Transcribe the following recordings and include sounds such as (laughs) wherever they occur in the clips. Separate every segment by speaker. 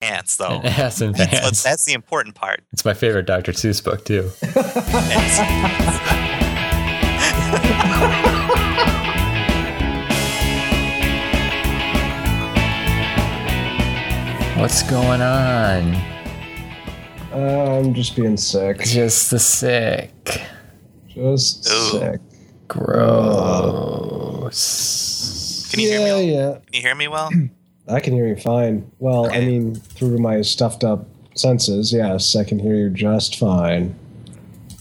Speaker 1: Pants,
Speaker 2: (laughs)
Speaker 1: though.
Speaker 3: Ass in
Speaker 1: So
Speaker 3: pants.
Speaker 1: Oh. that's the important part.
Speaker 3: It's my favorite Dr. Seuss book too. What's going on?
Speaker 2: Uh, I'm just being sick.
Speaker 3: Just the sick.
Speaker 2: Just
Speaker 1: Ooh.
Speaker 2: sick.
Speaker 3: Gross.
Speaker 1: Can you
Speaker 2: yeah,
Speaker 1: hear me?
Speaker 2: yeah.
Speaker 1: Can you hear me
Speaker 2: (clears throat)
Speaker 1: well?
Speaker 2: I can hear you fine. Well, I
Speaker 1: Okay.
Speaker 2: mean, through my stuffed up senses, yes, I can hear you just fine.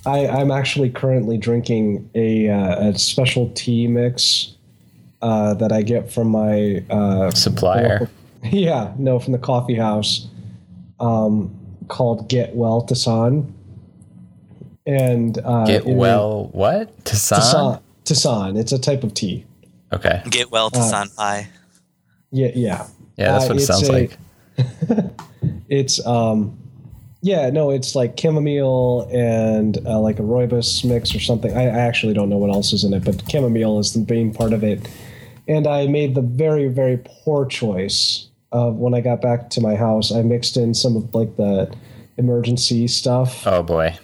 Speaker 2: I, I'm actually currently drinking a, uh, a special tea mix uh, that I get from my uh, (laughs)
Speaker 3: Supplier.
Speaker 2: yeah no from the coffee house um, called Get Well Tassan. And uh,
Speaker 3: Get
Speaker 2: it-
Speaker 3: well. What? Tassan?
Speaker 2: Tassan. Tassan. It's a type of tea.
Speaker 3: Okay.
Speaker 1: Get
Speaker 2: Uh,
Speaker 1: well to San Pie.
Speaker 2: Yeah, yeah.
Speaker 3: Yeah, that's
Speaker 2: Uh,
Speaker 3: what it
Speaker 2: it's
Speaker 3: sounds
Speaker 2: a-
Speaker 3: like.
Speaker 2: It's um, yeah, no, it's like chamomile and uh, like a rooibos mix or something. I, I actually don't know what else is in it, but chamomile is the main part of it. And I made the very very poor choice of when I got back to my house. I mixed in some of like the emergency stuff,
Speaker 3: Oh boy.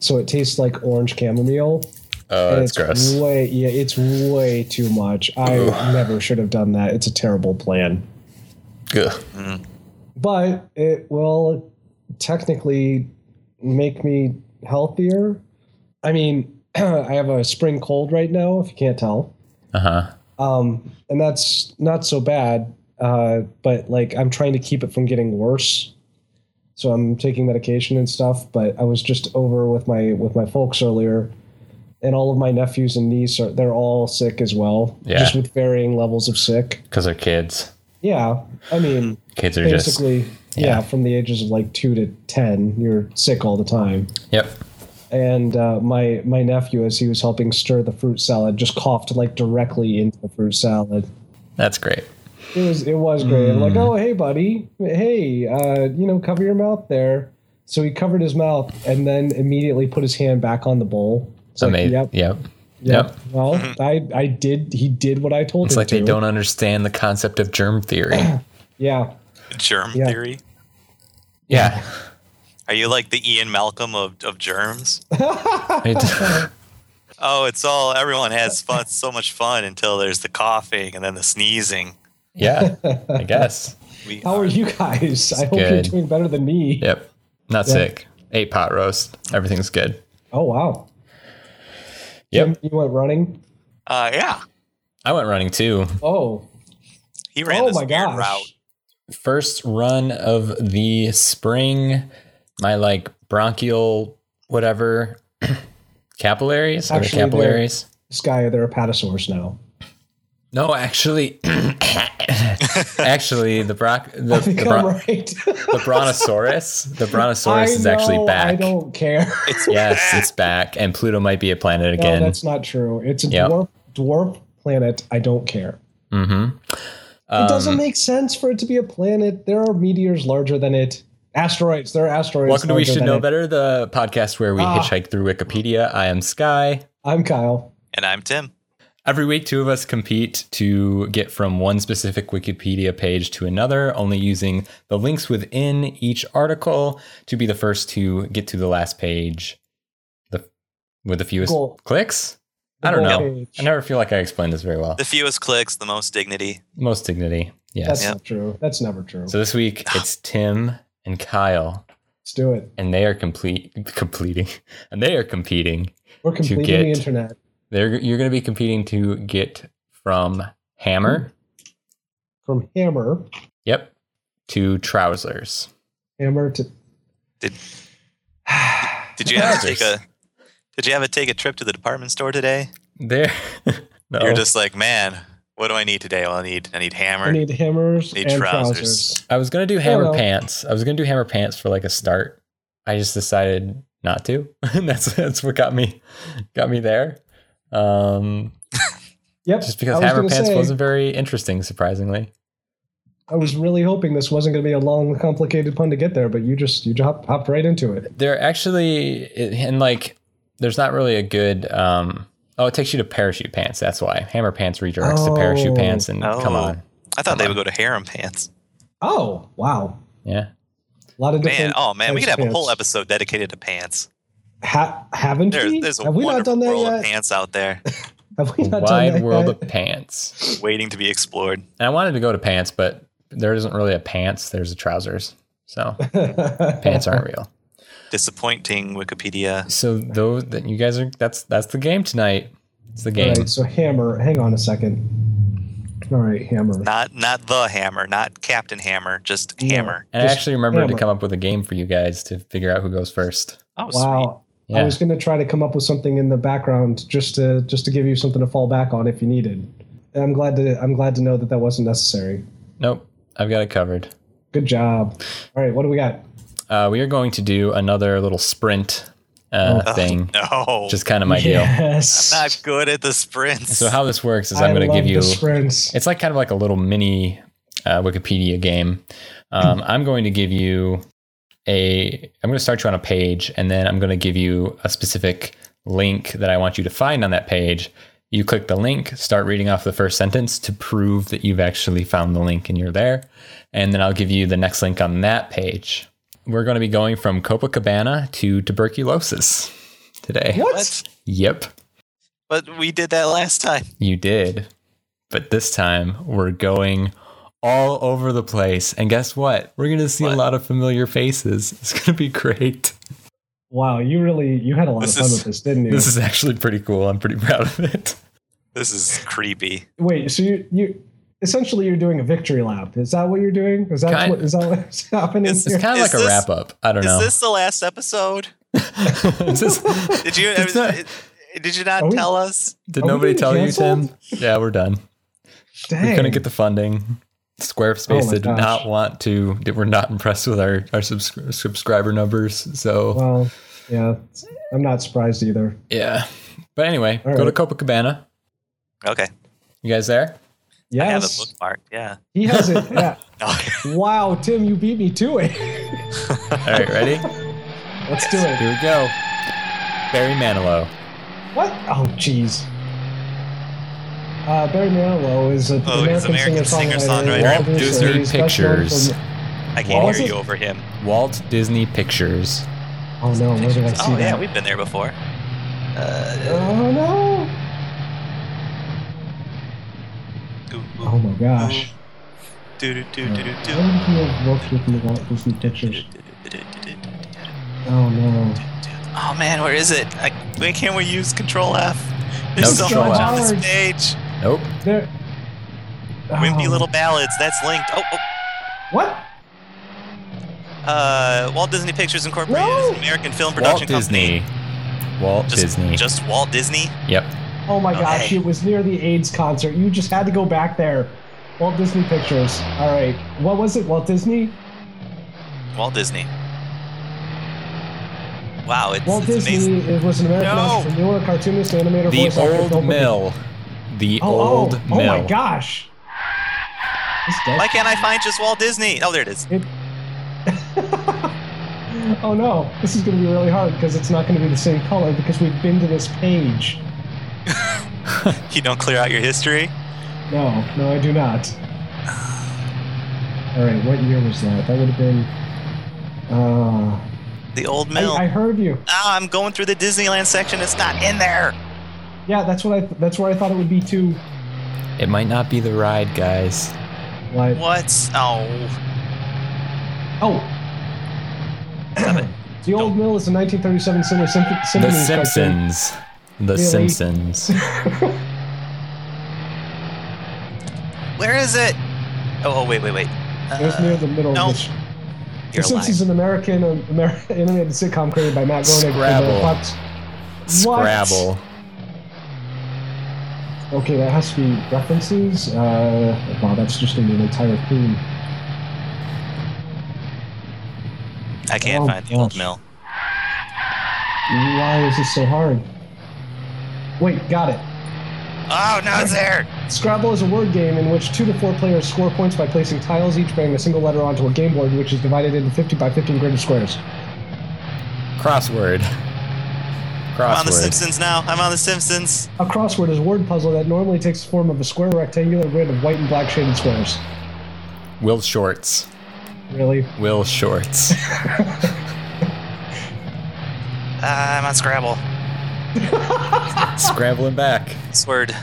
Speaker 2: so it tastes like orange chamomile.
Speaker 3: Oh,
Speaker 2: And
Speaker 3: that's
Speaker 2: it's
Speaker 3: gross.
Speaker 2: Way, yeah, it's way too much. I never should have done that. It's a terrible plan.
Speaker 3: Ugh.
Speaker 2: but it will technically make me healthier. I mean, (clears throat) I have a spring cold right now, if you can't tell.
Speaker 3: Uh-huh.
Speaker 2: Um, and that's not so bad, uh, but like I'm trying to keep it from getting worse. So I'm taking medication and stuff, but I was just over with my with my folks earlier and all of my nephews and niece are they're all sick as well,
Speaker 3: Yeah.
Speaker 2: just with varying levels of sick.
Speaker 3: Because they're kids.
Speaker 2: Yeah. I mean,
Speaker 3: Kids are just.
Speaker 2: basically yeah.
Speaker 3: yeah.
Speaker 2: from the ages of like two to ten you're sick all the time
Speaker 3: Yep.
Speaker 2: and uh, my my nephew as he was helping stir the fruit salad just coughed like directly into the fruit salad
Speaker 3: That's great.
Speaker 2: it was it was great i'm
Speaker 3: Mm.
Speaker 2: like oh hey buddy hey uh, you know cover your mouth there so he covered his mouth and then immediately put his hand back on the bowl it's like,
Speaker 3: Amazing.
Speaker 2: yep, yep
Speaker 3: yep.
Speaker 2: well i i did he did what i told
Speaker 3: It's
Speaker 2: him
Speaker 3: like they
Speaker 2: to.
Speaker 3: don't understand the concept of germ theory.
Speaker 2: (laughs) yeah
Speaker 1: Germ
Speaker 2: Yeah.
Speaker 1: theory.
Speaker 3: yeah.
Speaker 1: Are you like the Ian Malcolm of, of germs?
Speaker 3: It-
Speaker 1: Oh, it's all everyone has fun, so much fun until there's the coughing and then the sneezing.
Speaker 3: (laughs) yeah. I guess.
Speaker 1: We
Speaker 2: how are you guys i hope you're
Speaker 3: Good.
Speaker 2: doing better than me
Speaker 3: Yep. Not sick. Ate pot roast. Everything's good.
Speaker 2: oh wow
Speaker 3: Yep.
Speaker 2: you went running
Speaker 1: Uh, yeah,
Speaker 3: I went running too.
Speaker 2: oh
Speaker 1: he ran
Speaker 2: oh
Speaker 1: this
Speaker 2: my
Speaker 1: weird
Speaker 2: gosh.
Speaker 1: route.
Speaker 3: First run of the spring. My like bronchial whatever (clears throat) capillaries or
Speaker 2: Actually, they're-
Speaker 3: capillaries.
Speaker 2: Sky, they're a patasaurs now.
Speaker 3: No, actually, (coughs) actually, the broc the,
Speaker 2: (laughs) I
Speaker 3: the,
Speaker 2: think
Speaker 3: bron-
Speaker 2: I'm right.
Speaker 3: the brontosaurus the
Speaker 2: (laughs) I
Speaker 3: brontosaurus is actually
Speaker 2: know, I
Speaker 3: back.
Speaker 2: don't care.
Speaker 1: It's
Speaker 3: Yes, (laughs) it's back, and Pluto might be a planet
Speaker 2: no,
Speaker 3: again.
Speaker 2: that's not true. It's a
Speaker 3: Yep.
Speaker 2: dwarf dwarf planet. I don't care.
Speaker 3: mm-hmm.
Speaker 2: it
Speaker 3: Um,
Speaker 2: doesn't make sense for it to be a planet. There are meteors larger than it. Asteroids. There are asteroids.
Speaker 3: Welcome to We
Speaker 2: larger
Speaker 3: Should
Speaker 2: than
Speaker 3: Know
Speaker 2: it.
Speaker 3: Better, the podcast where we
Speaker 2: Ah.
Speaker 3: hitchhike through Wikipedia. I am Sky.
Speaker 2: I'm Kyle.
Speaker 1: and I'm Tim.
Speaker 3: Every week, two of us compete to get from one specific Wikipedia page to another, only using the links within each article to be the first to get to the last page the, with the fewest
Speaker 2: Goal.
Speaker 3: clicks.
Speaker 2: The
Speaker 3: I don't know.
Speaker 2: goal page.
Speaker 3: I never feel like I explained this very well.
Speaker 1: The fewest clicks, the most dignity.
Speaker 3: Most dignity. Yes.
Speaker 2: That's
Speaker 1: Yeah.
Speaker 2: not true. That's never true.
Speaker 3: So this week, it's Tim and Kyle,
Speaker 2: Let's do it.
Speaker 3: and they are complete completing, (laughs) and they are competing
Speaker 2: We're completing
Speaker 3: get-
Speaker 2: the internet.
Speaker 3: They're, you're going to be competing to get from hammer,
Speaker 2: From hammer,
Speaker 3: yep, to trousers.
Speaker 2: hammer to (sighs)
Speaker 3: (sighs)
Speaker 1: Did did you have to take a did you have to take a trip to the department store today?
Speaker 3: There, (laughs) no,
Speaker 1: You're just like, man, what do I need today? Well, I need I need hammer.
Speaker 2: I need hammers
Speaker 1: Need
Speaker 2: and
Speaker 1: trousers.
Speaker 2: trousers.
Speaker 3: I was going to do hammer
Speaker 2: Hello.
Speaker 3: pants. I was going to do hammer pants for like a start. I just decided not to, (laughs) and that's that's what got me got me there. Um,
Speaker 2: Yep.
Speaker 3: just
Speaker 2: I
Speaker 3: because
Speaker 2: was
Speaker 3: hammer
Speaker 2: gonna
Speaker 3: pants
Speaker 2: say-
Speaker 3: wasn't very interesting, surprisingly.
Speaker 2: I was really hoping this wasn't going to be a long, complicated pun to get there, but you just you hop, hopped right into it.
Speaker 3: They're actually and like there's not really a good um oh it takes you to parachute pants that's why hammer pants redirects to parachute
Speaker 2: Oh.
Speaker 3: pants and come
Speaker 1: Oh.
Speaker 3: on
Speaker 1: I thought they would go to harem pants.
Speaker 2: Oh wow!
Speaker 3: yeah
Speaker 2: A lot of
Speaker 1: Man,
Speaker 2: (laughs) different.
Speaker 1: oh man, we
Speaker 2: types
Speaker 1: could
Speaker 2: of
Speaker 1: have a whole
Speaker 2: pants.
Speaker 1: episode dedicated to pants.
Speaker 2: Ha- haven't
Speaker 1: There,
Speaker 2: we?
Speaker 1: there's a
Speaker 2: Have we not
Speaker 1: wonderful
Speaker 2: done that
Speaker 1: world
Speaker 2: yet?
Speaker 1: of pants out
Speaker 2: (laughs)
Speaker 1: there
Speaker 2: Have we not done
Speaker 3: Wide
Speaker 2: that
Speaker 3: world
Speaker 2: yet?
Speaker 3: of pants.
Speaker 1: waiting to be explored.
Speaker 3: And I wanted to go to pants, but there isn't really a pants. There's a trousers. So (laughs)
Speaker 2: (laughs)
Speaker 3: pants
Speaker 2: Oh.
Speaker 3: aren't real.
Speaker 1: Disappointing Wikipedia.
Speaker 3: So those that you guys are that's that's the game tonight. It's the
Speaker 2: All
Speaker 3: game.
Speaker 2: right, so hammer. Hang on a second. All right, hammer.
Speaker 1: Not not the hammer, not Captain Hammer, just
Speaker 2: No.
Speaker 1: hammer.
Speaker 3: And I
Speaker 2: Just
Speaker 3: actually remembered to
Speaker 2: hammer.
Speaker 3: come up with a game for you guys to figure out who goes first.
Speaker 1: Oh sweet.
Speaker 2: wow. I
Speaker 3: Yeah.
Speaker 2: was going to try to come up with something in the background just to just to give you something to fall back on if you needed. And I'm glad to I'm glad to know that that wasn't necessary.
Speaker 3: Nope. I've got it covered.
Speaker 2: Good job. All right, what do we got?
Speaker 3: Uh, we are going to do another little sprint uh,
Speaker 1: Oh,
Speaker 3: thing,
Speaker 1: (laughs) no.
Speaker 3: which is kind of
Speaker 2: (laughs)
Speaker 3: my deal.
Speaker 2: yes.
Speaker 1: I'm not good at the sprints.
Speaker 3: So how this works is I'm going to
Speaker 2: love
Speaker 3: give you
Speaker 2: the sprints.
Speaker 3: It's like kind of like a little mini uh, Wikipedia game. Um, I'm going to give you a. I'm going to start you on a page, and then I'm going to give you a specific link that I want you to find on that page. You click the link, start reading off the first sentence to prove that you've actually found the link and you're there. And then I'll give you the next link on that page. We're going to be going from Copacabana to tuberculosis today.
Speaker 1: what?
Speaker 3: Yep.
Speaker 1: But we did that last time.
Speaker 3: You did. But this time we're going all over the place. And guess what? We're going to see a
Speaker 1: What?
Speaker 3: lot of familiar faces. (laughs) It's going to be great.
Speaker 2: Wow, you really you had a lot
Speaker 1: This
Speaker 2: of fun
Speaker 1: is-
Speaker 2: with this, didn't you?
Speaker 3: This is actually pretty cool. I'm pretty proud of it.
Speaker 1: This is creepy.
Speaker 2: Wait, so you you essentially you're doing a victory lap. Is that what you're doing? Is that
Speaker 3: Kind-
Speaker 2: what is (laughs) that what's happening?
Speaker 1: It's-
Speaker 3: It's
Speaker 2: here?
Speaker 3: kind of
Speaker 1: Is
Speaker 3: like a
Speaker 1: this-
Speaker 3: wrap up. I don't
Speaker 1: Is
Speaker 3: know.
Speaker 1: (laughs) this the last episode?
Speaker 3: Is
Speaker 1: (laughs)
Speaker 3: this-
Speaker 1: Did you
Speaker 3: It's not-
Speaker 1: did you not
Speaker 2: Are we-
Speaker 1: tell us?
Speaker 3: did
Speaker 2: Are we
Speaker 3: nobody
Speaker 2: getting
Speaker 3: tell you,
Speaker 2: canceled?
Speaker 3: Tim? Yeah, we're done.
Speaker 2: Dang.
Speaker 3: We couldn't get the funding.
Speaker 2: Oh
Speaker 3: Squarespace
Speaker 2: my
Speaker 3: they did
Speaker 2: gosh.
Speaker 3: not want to. They were not impressed with our our subscri- subscriber numbers. So
Speaker 2: well, yeah, I'm not surprised either.
Speaker 3: yeah. But anyway,
Speaker 2: All
Speaker 3: go
Speaker 2: right.
Speaker 3: to Copacabana.
Speaker 1: Okay.
Speaker 3: You guys there?
Speaker 1: I have it
Speaker 2: Yes,
Speaker 1: bookmarked. Yeah. (laughs)
Speaker 2: he has it. Yeah.
Speaker 1: No.
Speaker 2: Wow, Tim, you beat me to it. (laughs)
Speaker 3: All right, ready?
Speaker 2: Let's do it.
Speaker 3: Here we go. Barry Manilow.
Speaker 2: What? Oh, jeez. Uh, Barry Manilow is an
Speaker 1: Oh, he's
Speaker 2: American,
Speaker 1: American
Speaker 2: singer-songwriter,
Speaker 1: singer-songwriter,
Speaker 2: and
Speaker 1: producer.
Speaker 2: He's best known
Speaker 3: Pictures.
Speaker 2: from-
Speaker 1: I
Speaker 3: What
Speaker 1: can't
Speaker 3: was
Speaker 1: hear
Speaker 2: it?
Speaker 1: you over him.
Speaker 3: Walt Disney Pictures.
Speaker 2: Oh no, where did I see
Speaker 1: Oh
Speaker 2: that?
Speaker 1: yeah, we've been there before. Uh,
Speaker 2: Oh no!
Speaker 1: ooh, ooh,
Speaker 2: Oh my
Speaker 1: ooh.
Speaker 2: gosh!
Speaker 1: Do, do, do, do, do, do.
Speaker 2: How did he have worked with me about Disney Pictures?
Speaker 1: Do, do, do, do, do, do,
Speaker 2: Oh no!
Speaker 1: do. Oh man, where is it? I, why can't we use Control F? There's so
Speaker 3: No, Control
Speaker 1: much
Speaker 3: F.
Speaker 1: on this page.
Speaker 3: Nope.
Speaker 2: There.
Speaker 1: Wimpy
Speaker 2: Oh.
Speaker 1: Little Ballads. That's linked. Oh, oh,
Speaker 2: What?
Speaker 1: uh, Walt Disney Pictures Incorporated
Speaker 2: No!
Speaker 1: is an American film
Speaker 3: Walt
Speaker 1: production company.
Speaker 3: Disney. Walt
Speaker 1: Just,
Speaker 3: Disney.
Speaker 1: just Walt Disney.
Speaker 3: yep.
Speaker 2: Oh my
Speaker 1: Okay.
Speaker 2: gosh! It was near the AIDS concert. You just had to go back there. Walt Disney Pictures. All right. What was it? Walt Disney?
Speaker 1: Walt Disney. Wow, it's,
Speaker 2: Walt
Speaker 1: it's amazing.
Speaker 2: Disney it was an American
Speaker 1: No.
Speaker 2: entrepreneur, cartoonist, animator,
Speaker 3: The
Speaker 2: voice actor,
Speaker 3: Old
Speaker 2: film producer.
Speaker 3: Mill. The
Speaker 2: Oh,
Speaker 3: Old
Speaker 2: oh,
Speaker 3: Mill.
Speaker 2: oh my gosh! This does-
Speaker 1: Why can't I find just Walt Disney? Oh, there it is.
Speaker 2: (laughs) oh no, this is going to be really hard because it's not going to be the same color because we've been to this page.
Speaker 1: You don't clear out your history.
Speaker 2: No, no, I do not. (sighs) All right, what year was that? That would have been. Uh,
Speaker 1: The old mill.
Speaker 2: I, I heard you.
Speaker 1: ah, I'm going through the Disneyland section. It's not in there.
Speaker 2: Yeah, that's what I. That's where I thought it would be too.
Speaker 3: It might not be the ride, guys.
Speaker 2: Like,
Speaker 1: What? Oh, (clears throat)
Speaker 2: oh. the Old Mill is a 1937 Symphony Symphony
Speaker 3: The
Speaker 2: cartoon.
Speaker 3: Simpsons. The
Speaker 2: Really?
Speaker 3: Simpsons.
Speaker 2: (laughs)
Speaker 1: where is it? Oh, oh wait, wait, wait.
Speaker 2: It was near
Speaker 1: Uh,
Speaker 2: the middle.
Speaker 1: no.
Speaker 2: of the
Speaker 1: you're
Speaker 2: Since he's
Speaker 1: lying.
Speaker 2: an American, an American animated sitcom created by Matt Groening. for the
Speaker 3: Scrabble.
Speaker 2: Fox-
Speaker 3: Scrabble.
Speaker 2: Okay, that has to be references. Uh, wow, that's just going to be an entire theme.
Speaker 1: I can't
Speaker 2: Oh,
Speaker 1: find the old
Speaker 2: gosh.
Speaker 1: mill.
Speaker 2: Why is this so hard? Wait, got it.
Speaker 1: Oh, no, it's there.
Speaker 2: Scrabble is a word game in which two to four players score points by placing tiles, each bearing a single letter, onto a game board, which is divided into 50 by 15 graded squares.
Speaker 3: Crossword.
Speaker 1: I'm on the
Speaker 3: Crossword.
Speaker 1: Simpsons now. I'm on the Simpsons.
Speaker 2: A crossword is a word puzzle that normally takes the form of a square rectangular grid of white and black shaded squares.
Speaker 3: Will Shorts.
Speaker 2: Really?
Speaker 3: Will
Speaker 2: (laughs)
Speaker 3: Shorts.
Speaker 1: Ah, I'm on Scrabble.
Speaker 3: Scrambling back.
Speaker 1: Sword.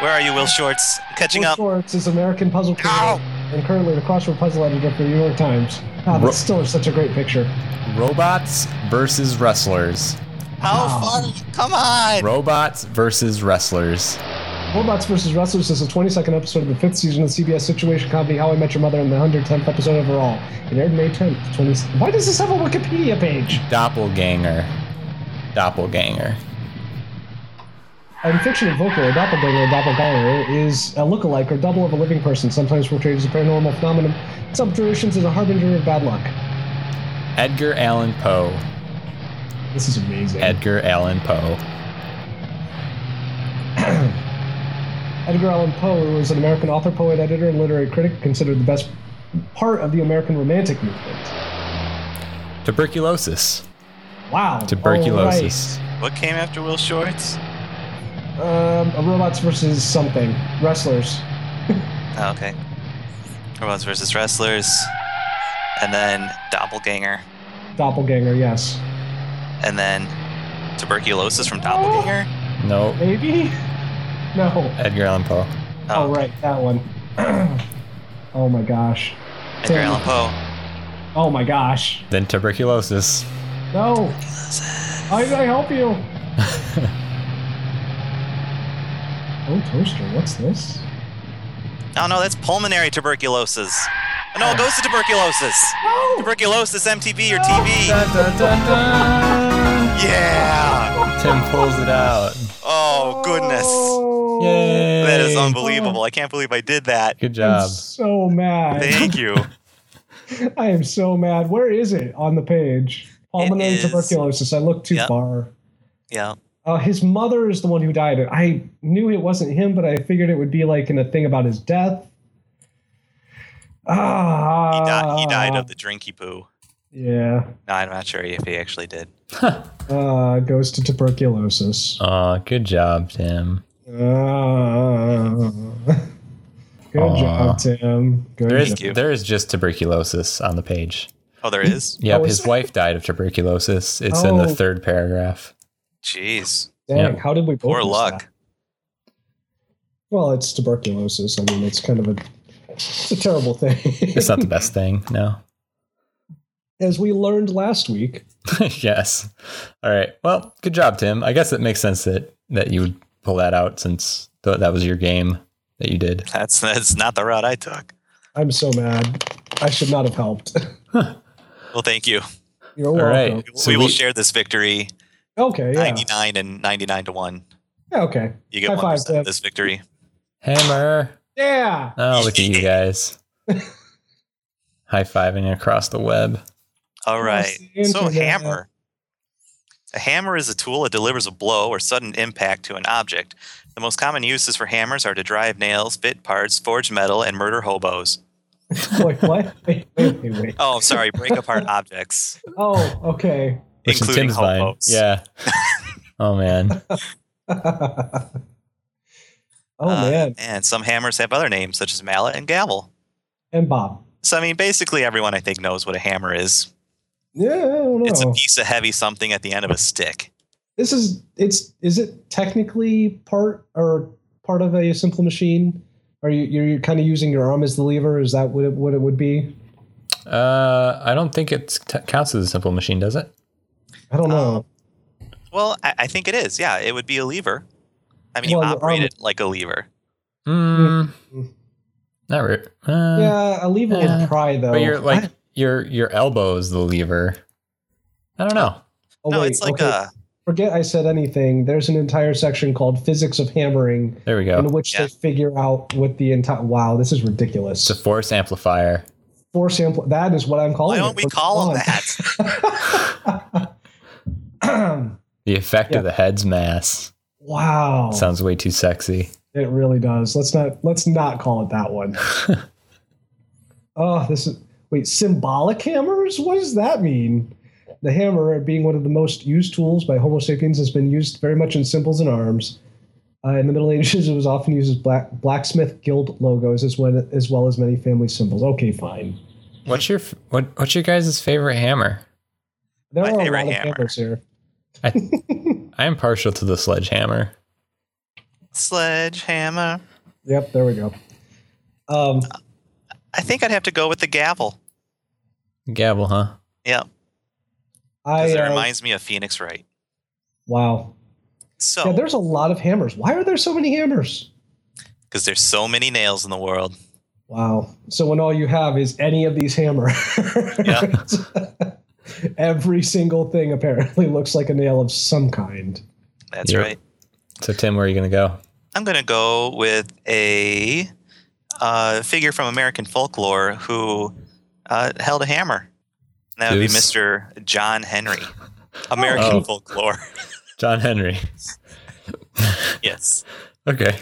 Speaker 1: Where are you, Will Shorts? I'm catching
Speaker 2: Will
Speaker 1: up.
Speaker 2: Schwartz is American puzzle creator
Speaker 1: Ow!
Speaker 2: and currently the crossword puzzle editor for the New York Times. God,
Speaker 3: Ro-
Speaker 2: that's still such a great picture.
Speaker 3: Robots versus wrestlers.
Speaker 1: How
Speaker 2: Wow.
Speaker 1: far? Come on.
Speaker 3: Robots versus wrestlers.
Speaker 2: Robots vs. Wrestlers is the 22nd episode of the 5th season of CBS situation comedy How I Met Your Mother and the 110th episode overall. It aired May 10th, 20... Why does this have a Wikipedia page?
Speaker 3: Doppelganger. Doppelganger.
Speaker 2: An fictional vocal, or doppelganger, or doppelganger, is a lookalike or double of a living person, sometimes portrayed as a paranormal phenomenon, in some traditions as a harbinger of bad luck.
Speaker 3: Edgar Allan Poe.
Speaker 2: This is amazing.
Speaker 3: Edgar Allan Poe.
Speaker 2: Edgar Allan Poe, who is an American author, poet, editor, and literary critic, considered the best part of the American Romantic movement.
Speaker 3: Tuberculosis.
Speaker 2: Wow.
Speaker 3: Tuberculosis.
Speaker 2: Oh,
Speaker 1: What came after Will Shorts?
Speaker 2: All right. Um, robots versus something. Wrestlers.
Speaker 1: Oh, okay. Robots versus wrestlers, and then doppelganger,
Speaker 2: Doppelganger, yes.
Speaker 1: and then tuberculosis from doppelganger.
Speaker 3: No.
Speaker 2: Maybe? (laughs) No.
Speaker 3: Edgar Allan Poe.
Speaker 2: Oh, right, that one. (clears throat) oh my gosh.
Speaker 1: Edgar Allan Poe.
Speaker 2: Oh my gosh.
Speaker 3: Then tuberculosis.
Speaker 2: No. How did I
Speaker 3: (laughs)
Speaker 2: help you? Oh, toaster, what's this?
Speaker 1: Oh no, that's pulmonary tuberculosis. Oh, no, it goes to tuberculosis.
Speaker 2: No!
Speaker 1: Tuberculosis, MTV or TV.
Speaker 3: Dun, dun, dun, dun.
Speaker 1: Yeah.
Speaker 3: Tim pulls it out.
Speaker 1: Oh goodness.
Speaker 2: Oh!
Speaker 3: Yay.
Speaker 1: That is unbelievable. I can't believe I did that.
Speaker 3: Good
Speaker 2: I'm (laughs)
Speaker 3: job.
Speaker 2: so mad.
Speaker 1: Thank you.
Speaker 2: (laughs) I am so mad. Where is it on the page? Pulmonary
Speaker 1: is-
Speaker 2: tuberculosis. I looked too
Speaker 1: Yep.
Speaker 2: far.
Speaker 1: Yeah.
Speaker 2: Uh, his mother is the one who died. I knew it wasn't him, but I figured it would be like in a thing about his death. Ah,
Speaker 1: He, di- he died
Speaker 2: Uh.
Speaker 1: of the drinky poo.
Speaker 2: yeah.
Speaker 1: No, I'm not sure if he actually did.
Speaker 2: Uh, goes to tuberculosis.
Speaker 3: Aw, good job, Tim.
Speaker 2: Uh,
Speaker 1: Oh.
Speaker 2: good
Speaker 3: Aw.
Speaker 2: job, Tim. Good
Speaker 3: There is
Speaker 2: job.
Speaker 1: you.
Speaker 3: there is just tuberculosis on the page.
Speaker 1: Oh, there is.
Speaker 3: Yep,
Speaker 2: Oh, is
Speaker 3: his
Speaker 2: there?
Speaker 3: wife died of tuberculosis. It's in the
Speaker 2: Oh.
Speaker 3: third paragraph.
Speaker 1: Jeez.
Speaker 2: Dang,
Speaker 3: Yeah.
Speaker 2: how did we both
Speaker 1: Poor
Speaker 2: miss
Speaker 1: luck.
Speaker 2: that? Well, it's tuberculosis. I mean, it's kind of a it's a terrible thing.
Speaker 3: It's not the best thing. No.
Speaker 2: (laughs) As we learned last week,
Speaker 3: (laughs) yes. All right. Well, good job, Tim. I guess it makes sense that that you would pull that out since th- that was your game that you did.
Speaker 1: That's that's not the route I took.
Speaker 2: I'm so mad. I should not have helped. (laughs)
Speaker 1: Well, thank you.
Speaker 2: You're
Speaker 3: All
Speaker 2: welcome.
Speaker 3: right.
Speaker 1: we will
Speaker 3: we-
Speaker 1: share this victory
Speaker 2: Okay, yeah.
Speaker 1: 99 and 99 to 1.
Speaker 2: Yeah, okay.
Speaker 1: You get
Speaker 2: High five,
Speaker 1: 1%
Speaker 2: Tim.
Speaker 1: of this victory.
Speaker 3: Hammer.
Speaker 2: Yeah.
Speaker 3: Oh, look at you guys. High fiving across the web.
Speaker 1: All right.
Speaker 2: Yes, into
Speaker 1: So,
Speaker 2: that.
Speaker 1: hammer. A hammer is a tool that delivers a blow or sudden impact to an object. The most common uses for hammers are to drive nails, bit parts, forge metal, and murder hobos.
Speaker 2: Wait, what? (laughs) Wait, wait, wait, wait.
Speaker 1: Oh, I'm sorry, break
Speaker 2: (laughs)
Speaker 1: apart objects,
Speaker 2: Oh, okay. (laughs)
Speaker 3: Which is
Speaker 1: including
Speaker 3: Tim's line.
Speaker 1: hobos.
Speaker 3: Yeah. oh man.
Speaker 2: oh
Speaker 1: Uh,
Speaker 2: man.
Speaker 1: And some hammers have other names, such as mallet and gavel.
Speaker 2: And Bob.
Speaker 1: So, I mean, basically, everyone I think knows what a hammer is.
Speaker 2: Yeah, I don't know.
Speaker 1: It's a piece of heavy something at the end of a stick.
Speaker 2: this is it's is it technically part or part of a simple machine? Are you you're, you're kind of using your arm as the lever? Is that what it, what it would be?
Speaker 3: Uh, I don't think it t- counts as a simple machine, does it?
Speaker 2: I don't
Speaker 1: Um,
Speaker 2: know.
Speaker 1: Well, I, I think it is. Yeah, it would be a lever. I mean,
Speaker 2: Well, um,
Speaker 1: you
Speaker 2: your
Speaker 1: operate
Speaker 2: arm-
Speaker 1: it like a lever.
Speaker 3: Mm. Not really. Uh,
Speaker 2: yeah, a lever
Speaker 3: yeah.
Speaker 2: would pry though.
Speaker 3: But you're like your your elbow is the lever. I don't know.
Speaker 2: oh,
Speaker 1: no,
Speaker 2: wait,
Speaker 1: it's like
Speaker 2: okay.
Speaker 1: a
Speaker 2: forget I said anything. There's an entire section called physics of hammering
Speaker 3: There we
Speaker 2: in
Speaker 3: go.
Speaker 2: which
Speaker 1: Yeah.
Speaker 2: they figure out what the entire wow, this is ridiculous.
Speaker 3: It's a force amplifier.
Speaker 2: Four sample that is what I'm
Speaker 1: Why
Speaker 2: calling
Speaker 1: don't
Speaker 2: it
Speaker 1: we
Speaker 2: from
Speaker 1: call
Speaker 2: now
Speaker 1: them
Speaker 2: on.
Speaker 1: that? (laughs)
Speaker 3: The effect
Speaker 2: Yeah. Oh.
Speaker 3: of the head's mass
Speaker 2: wow.
Speaker 3: sounds way too sexy.
Speaker 2: It really does. Let's not let's not call it
Speaker 1: (laughs)
Speaker 2: that one. oh, this is wait, symbolic hammers? What does that mean? The hammer, being one of the most used tools by Homo sapiens, has been used very much in symbols and arms. Uh, Uh, in the Middle Ages, it was often used as black, blacksmith guild logos as, when, as well as many family symbols. Okay, fine.
Speaker 3: What's your f- what? What's your guys' favorite hammer?
Speaker 2: There
Speaker 1: My
Speaker 2: are a
Speaker 1: favorite
Speaker 2: lot of
Speaker 1: hammer.
Speaker 2: hammers here. (laughs)
Speaker 3: I, I am partial to the sledgehammer.
Speaker 1: Sledgehammer.
Speaker 2: Yep, there we go. Um,
Speaker 1: I think I'd have to go with the gavel.
Speaker 3: Gavel, huh?
Speaker 1: Yeah,
Speaker 2: I
Speaker 1: because it
Speaker 2: uh,
Speaker 1: reminds me of Phoenix Wright.
Speaker 2: wow.
Speaker 1: So,
Speaker 2: Yeah,
Speaker 1: because
Speaker 2: there's a lot of hammers. Why are there so many hammers?
Speaker 1: there's so many nails in the world.
Speaker 2: Wow. So when all you have is any of these hammers,
Speaker 1: Yeah.
Speaker 2: (laughs) every single thing apparently looks like a nail of some kind.
Speaker 1: That's
Speaker 3: Yep.
Speaker 1: right.
Speaker 3: So Tim, where are you gonna go?
Speaker 1: I'm going to go with a uh, figure from American folklore who uh, held a hammer. And that would be
Speaker 3: Goose.
Speaker 1: Mr. John
Speaker 2: (laughs)
Speaker 1: Henry. American
Speaker 3: Oh.
Speaker 1: folklore. (laughs)
Speaker 3: John Henry. (laughs)
Speaker 1: yes.
Speaker 3: Okay.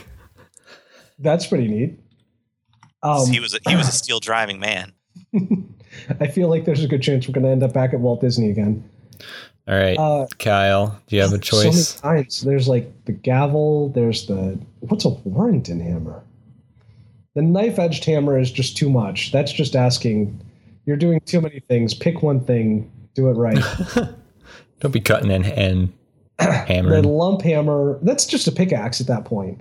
Speaker 2: That's pretty neat. Um,
Speaker 1: he was a, he
Speaker 2: (clears throat)
Speaker 1: was a steel driving man.
Speaker 2: I feel like there's a good chance we're going to end up back at Walt Disney again.
Speaker 3: All right,
Speaker 2: Uh,
Speaker 3: Kyle. Do you have a choice?
Speaker 2: (laughs) So many times. There's like the gavel. There's the what's a Warrington hammer? The knife edged hammer is just too much. That's just asking. You're doing too many things. Pick one thing. Do it right.
Speaker 3: Don't be cutting and,
Speaker 2: (coughs)
Speaker 3: and
Speaker 2: the
Speaker 3: hammering.
Speaker 2: lump hammer. That's just a pickaxe at that point.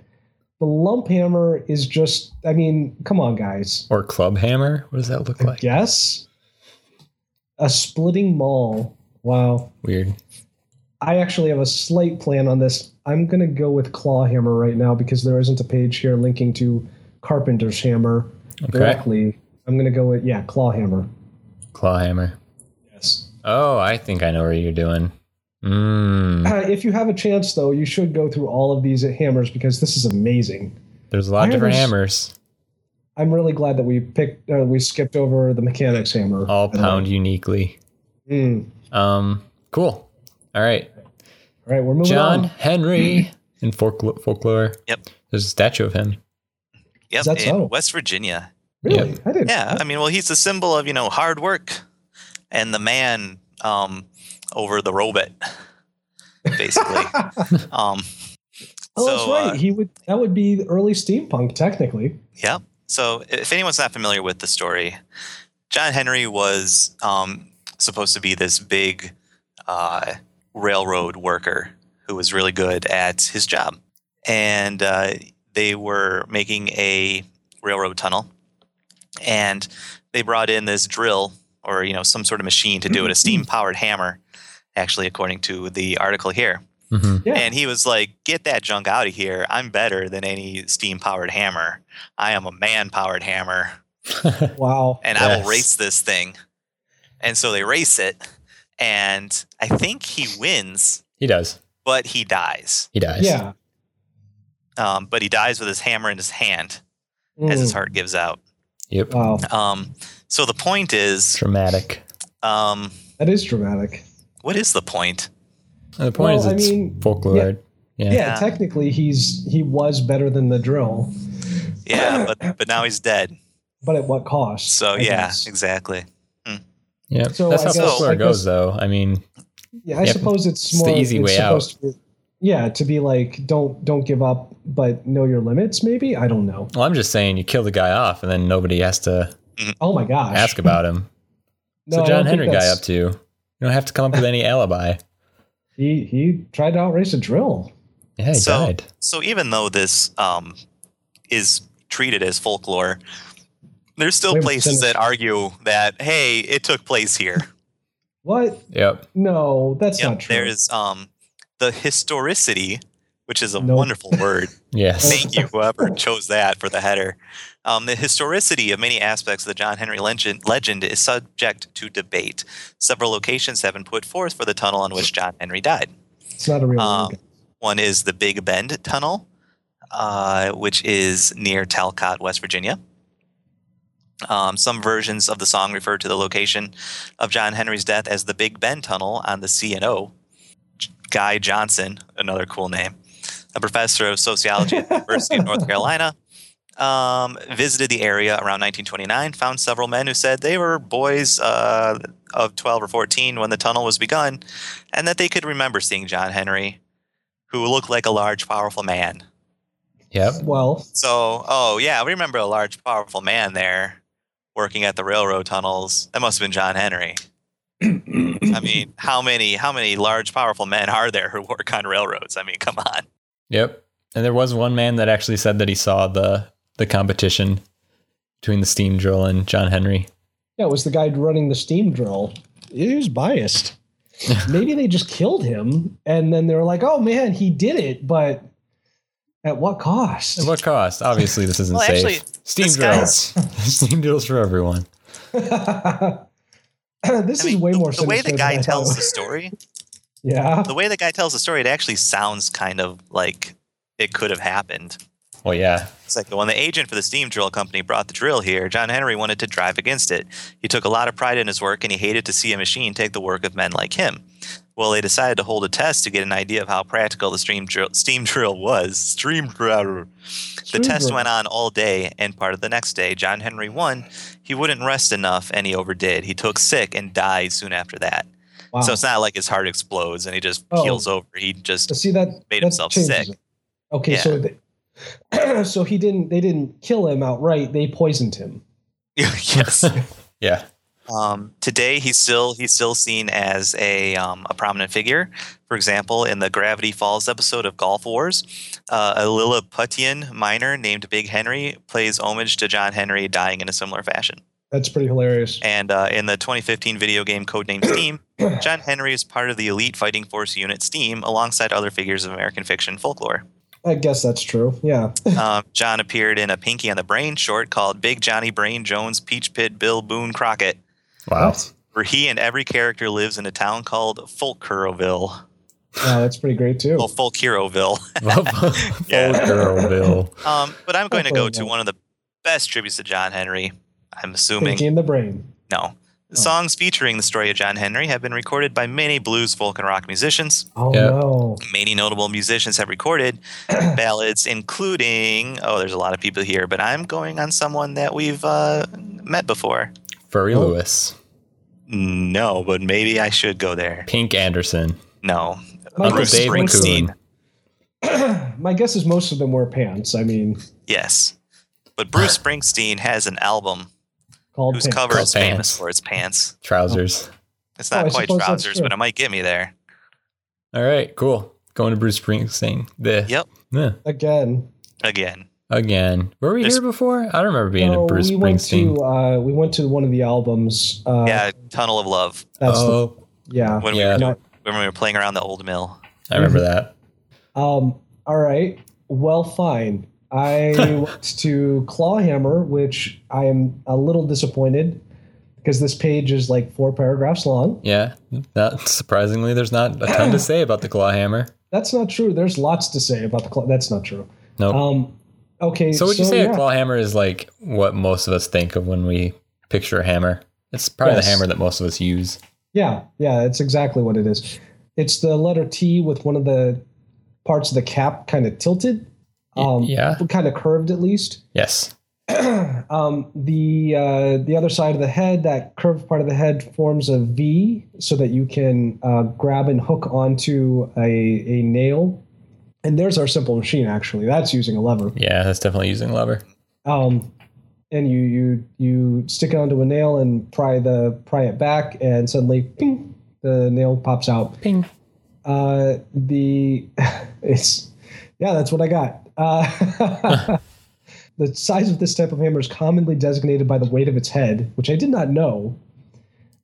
Speaker 2: The lump hammer is just. I mean, come on, guys.
Speaker 3: Or club hammer? What does that look like?
Speaker 2: Guess a splitting maul. Wow.
Speaker 3: Weird.
Speaker 2: I actually have a slight plan on this. I'm going to go with Clawhammer right now because there isn't a page here linking to Carpenter's Hammer
Speaker 3: Okay.
Speaker 2: directly. I'm going to go with, yeah, Clawhammer.
Speaker 3: Claw hammer.
Speaker 2: Yes. (clears throat)
Speaker 3: Oh, I think I know what you're doing.
Speaker 2: (coughs)
Speaker 3: Mmm.
Speaker 2: Uh, if you have a chance, though, you should go through all of these hammers because this is amazing.
Speaker 3: There's a lot of different
Speaker 2: Iris.
Speaker 3: hammers.
Speaker 2: I'm really glad that we picked, uh, we skipped over the mechanics hammer. Uh,
Speaker 3: All pound uniquely.
Speaker 2: Mm.
Speaker 3: Um. Cool. All right.
Speaker 2: All right, we're moving
Speaker 3: John
Speaker 2: on.
Speaker 3: Henry (clears throat) in folklore. folklore.
Speaker 1: Yep.
Speaker 3: There's a statue of him.
Speaker 1: Yep,
Speaker 2: that
Speaker 1: in
Speaker 2: so?
Speaker 1: West Virginia.
Speaker 2: Really?
Speaker 3: Yep.
Speaker 2: I didn't.
Speaker 1: Yeah, I mean, well, he's a symbol of you know hard work and the man um, over the robot, basically. um,
Speaker 2: Oh, that's
Speaker 1: so,
Speaker 2: right.
Speaker 1: uh,
Speaker 2: he would. That would be the early steampunk, technically.
Speaker 1: Yep. So, if anyone's not familiar with the story, John Henry was um, supposed to be this big uh, railroad worker who was really good at his job. And uh, they were making a railroad tunnel. And they brought in this drill or, you know, some sort of machine to do it, a steam powered hammer, actually, according to the article here.
Speaker 3: hmm
Speaker 2: Yeah.
Speaker 1: And he was like, "Get that junk out of here! I'm better than any steam powered hammer. I am a man powered hammer,
Speaker 2: Wow.
Speaker 1: and I
Speaker 3: Yes.
Speaker 1: will race this thing." And so they race it, and I think he wins,
Speaker 3: he does.
Speaker 1: but he dies.
Speaker 3: He dies.
Speaker 2: Yeah.
Speaker 1: Um, but he dies with his hammer in his hand as his
Speaker 2: Mm.
Speaker 1: heart gives out.
Speaker 3: Yep.
Speaker 2: Hmm. Wow.
Speaker 1: Um, so the point is,
Speaker 3: Dramatic.
Speaker 1: um,
Speaker 2: That is dramatic.
Speaker 1: what is the point?
Speaker 3: And the point
Speaker 2: Well, I
Speaker 3: is, it's
Speaker 2: mean,
Speaker 3: folklore.
Speaker 2: yeah.
Speaker 3: Yeah.
Speaker 2: Yeah.
Speaker 1: Yeah.
Speaker 2: technically he's he was better than the drill,
Speaker 1: Yeah, but but now he's dead.
Speaker 2: but at what cost?
Speaker 1: So
Speaker 2: (laughs) I
Speaker 1: yeah,
Speaker 2: guess.
Speaker 1: exactly.
Speaker 3: Yeah,
Speaker 2: So
Speaker 3: that's
Speaker 2: I
Speaker 3: how
Speaker 2: guess-
Speaker 3: folklore
Speaker 2: I guess-
Speaker 3: goes, though. I mean,
Speaker 2: yeah. I
Speaker 3: yeah,
Speaker 2: suppose it's
Speaker 3: it's the
Speaker 2: more
Speaker 3: easy way
Speaker 2: supposed To be, yeah, to be like don't don't give up, but know your limits. Maybe I don't know.
Speaker 3: well, I'm just saying you kill the guy off, and then nobody has to
Speaker 2: Oh my gosh!
Speaker 3: ask about him.
Speaker 2: (laughs) No,
Speaker 3: so
Speaker 2: I
Speaker 3: John
Speaker 2: don't think
Speaker 3: Henry guy
Speaker 2: that's-
Speaker 3: up to you. You don't have to come up with any alibi.
Speaker 2: He he tried to outrace a drill.
Speaker 3: Yeah, he
Speaker 1: So-
Speaker 3: died.
Speaker 1: So even though this um, is treated as folklore, there's still
Speaker 2: Wait,
Speaker 1: places
Speaker 2: finish.
Speaker 1: that argue that hey, it took place here.
Speaker 2: What?
Speaker 3: Yep.
Speaker 2: No, (laughs) that's
Speaker 1: Yep,
Speaker 2: not true.
Speaker 1: there is um, the historicity, which is a
Speaker 2: Nope.
Speaker 1: wonderful
Speaker 2: (laughs)
Speaker 1: word.
Speaker 3: Yes.
Speaker 1: Thank you, whoever chose that for the header. Um, the historicity of many aspects of the John Henry legend, legend is subject to debate. Several locations have been put forth for the tunnel on which John Henry died.
Speaker 2: it's not a real.
Speaker 1: Um,
Speaker 2: thing.
Speaker 1: One is the Big Bend Tunnel, uh, which is near Talcott, West Virginia. Um, some versions of the song refer to the location of John Henry's death as the Big Bend Tunnel on the C and O. Guy Johnson, another cool name, a professor of sociology at the University of North Carolina, um, visited the area around 1929. Found several men who said they were boys uh, of 12 or 14 when the tunnel was begun, and that they could remember seeing John Henry who looked like a large, powerful man
Speaker 3: Yep.
Speaker 2: Well,
Speaker 1: So, oh yeah, we remember a large, powerful man there working at the railroad tunnels. That must have been John Henry. I
Speaker 2: (clears throat)
Speaker 1: mean, how many how many large, powerful men are there who work on railroads? I mean, come on.
Speaker 3: Yep. And there was one man that actually said that he saw the the competition between the steam drill and John Henry.
Speaker 2: yeah, it was the guy running the steam drill. He was biased. Maybe they just killed him, and then they were like, "Oh man, he did it, but at what cost?"
Speaker 3: At what cost? Obviously, this isn't
Speaker 1: Well,
Speaker 3: safe.
Speaker 1: actually,
Speaker 3: steam
Speaker 1: this
Speaker 3: drills. (laughs)
Speaker 1: guy's-
Speaker 3: steam drills for everyone.
Speaker 2: (laughs) this
Speaker 1: I mean,
Speaker 2: is way
Speaker 1: the,
Speaker 2: more.
Speaker 1: the way
Speaker 2: sinister
Speaker 1: the
Speaker 2: than I
Speaker 1: guy
Speaker 2: thought.
Speaker 1: tells the story.
Speaker 2: yeah,
Speaker 1: The way the guy tells the story, it actually sounds kind of like it could have happened.
Speaker 3: Well, yeah.
Speaker 1: It's like when the agent for the steam drill company brought the drill here, John Henry wanted to drive against it. He took a lot of pride in his work and he hated to see a machine take the work of men like him. Well, they decided to hold a test to get an idea of how practical the steam drill, steam drill was. Steam drill. The
Speaker 2: Steam
Speaker 1: test
Speaker 2: drill.
Speaker 1: went on all day and part of the next day. John Henry won. He wouldn't rest enough and he overdid. He took sick and died soon after that.
Speaker 2: Wow.
Speaker 1: So it's not like his heart explodes and he just
Speaker 2: Oh.
Speaker 1: heals over. He just
Speaker 2: So see that
Speaker 1: made
Speaker 2: that
Speaker 1: himself
Speaker 2: changes
Speaker 1: sick.
Speaker 2: it. Okay,
Speaker 1: Yeah.
Speaker 2: so they, (clears throat) so he didn't. They didn't kill him outright. They poisoned him.
Speaker 1: (laughs) yes.
Speaker 3: Yeah.
Speaker 1: Um, today, he's still he's still seen as a um, a prominent figure. For example, in the Gravity Falls episode of Golf Wars, uh, a Lilliputian miner named Big Henry plays homage to John Henry dying in a similar fashion.
Speaker 2: That's pretty hilarious.
Speaker 1: And uh, in the 2015 video game codenamed Steam, John Henry is part of the elite fighting force unit Steam, alongside other figures of American fiction folklore.
Speaker 2: I guess that's true. Yeah.
Speaker 1: Um, John appeared in a Pinky on the Brain short called Big Johnny Brain Jones Peach Pit Bill Boone Crockett.
Speaker 3: Wow. (laughs)
Speaker 1: where he and every character lives in a town called Folkeroville.
Speaker 2: Wow, that's pretty great too.
Speaker 1: Well, Folkeroville. Yeah.
Speaker 3: Girl, Bill.
Speaker 1: Um, but I'm going to go to
Speaker 2: Folkeroville.
Speaker 1: one of the best tributes to John Henry. I'm assuming.
Speaker 2: Pinky in the brain.
Speaker 1: No. Songs featuring the story of John Henry have been recorded by many blues, folk, and rock musicians.
Speaker 2: Oh
Speaker 3: Yeah.
Speaker 2: no.
Speaker 1: Many notable musicians have recorded ballads, including, oh, there's a lot of people here, but I'm going on someone that we've uh, met before.
Speaker 3: Furry
Speaker 2: Oh.
Speaker 3: Lewis.
Speaker 1: No, but maybe I should go there.
Speaker 3: Pink Anderson.
Speaker 1: No.
Speaker 2: Michael
Speaker 1: Bruce
Speaker 3: Dave
Speaker 1: Springsteen.
Speaker 3: McCoon.
Speaker 2: My guess is most of them wear pants. I mean,
Speaker 1: Yes. But Bruce Springsteen has an album
Speaker 2: called
Speaker 1: whose
Speaker 2: pants.
Speaker 1: cover is
Speaker 3: Called Pants.
Speaker 1: famous for its pants.
Speaker 3: Trousers.
Speaker 1: It's
Speaker 2: Oh,
Speaker 1: not
Speaker 2: I
Speaker 1: quite
Speaker 2: suppose that's
Speaker 1: trousers,
Speaker 2: true.
Speaker 1: but it might get me there.
Speaker 3: All right. Cool. Going to Bruce Springsteen. The,
Speaker 1: Yep.
Speaker 3: Yeah.
Speaker 2: Again,
Speaker 1: Again.
Speaker 3: Again. Were we
Speaker 1: There's-
Speaker 3: here before? I don't remember being
Speaker 2: No,
Speaker 3: a Bruce
Speaker 2: we went
Speaker 3: Springsteen.
Speaker 2: to uh, we went to one of the albums. Uh,
Speaker 1: yeah, Tunnel of Love.
Speaker 2: that's the-
Speaker 3: oh,
Speaker 2: yeah.
Speaker 1: When
Speaker 3: yeah.
Speaker 1: we were
Speaker 2: No,
Speaker 1: when we were playing around the old mill.
Speaker 3: I remember that.
Speaker 2: Um, all right. Well, fine.
Speaker 3: (laughs)
Speaker 2: I went to Clawhammer, which I am a little disappointed because this page is like four paragraphs long.
Speaker 3: Yeah. Not surprisingly, there's not
Speaker 1: (clears throat)
Speaker 3: a ton to say about the Clawhammer.
Speaker 2: That's not true. There's lots to say about the claw. That's not true.
Speaker 3: Nope.
Speaker 2: Um, okay.
Speaker 3: so would you say
Speaker 2: yeah.
Speaker 3: a clawhammer is like what most of us think of when we picture a hammer? It's probably
Speaker 2: Yes.
Speaker 3: the hammer that most of us use.
Speaker 2: Yeah, yeah, it's exactly what it is. It's the letter T with one of the parts of the cap kind of tilted, um,
Speaker 3: yeah.
Speaker 2: kind of curved at least.
Speaker 3: Yes.
Speaker 2: Um, the uh, the other side of the head, that curved part of the head, forms a V, so that you can uh, grab and hook onto a a nail. And there's our simple machine. Actually, that's using a lever.
Speaker 3: Yeah, that's definitely using lever.
Speaker 2: Um, and you you you stick it onto a nail and pry the pry it back, and suddenly, ping, the nail pops out.
Speaker 3: Ping.
Speaker 2: Uh, the (laughs) it's yeah, that's what I got. Uh, (laughs) the size of this type of hammer is commonly designated by the weight of its head, which I did not know.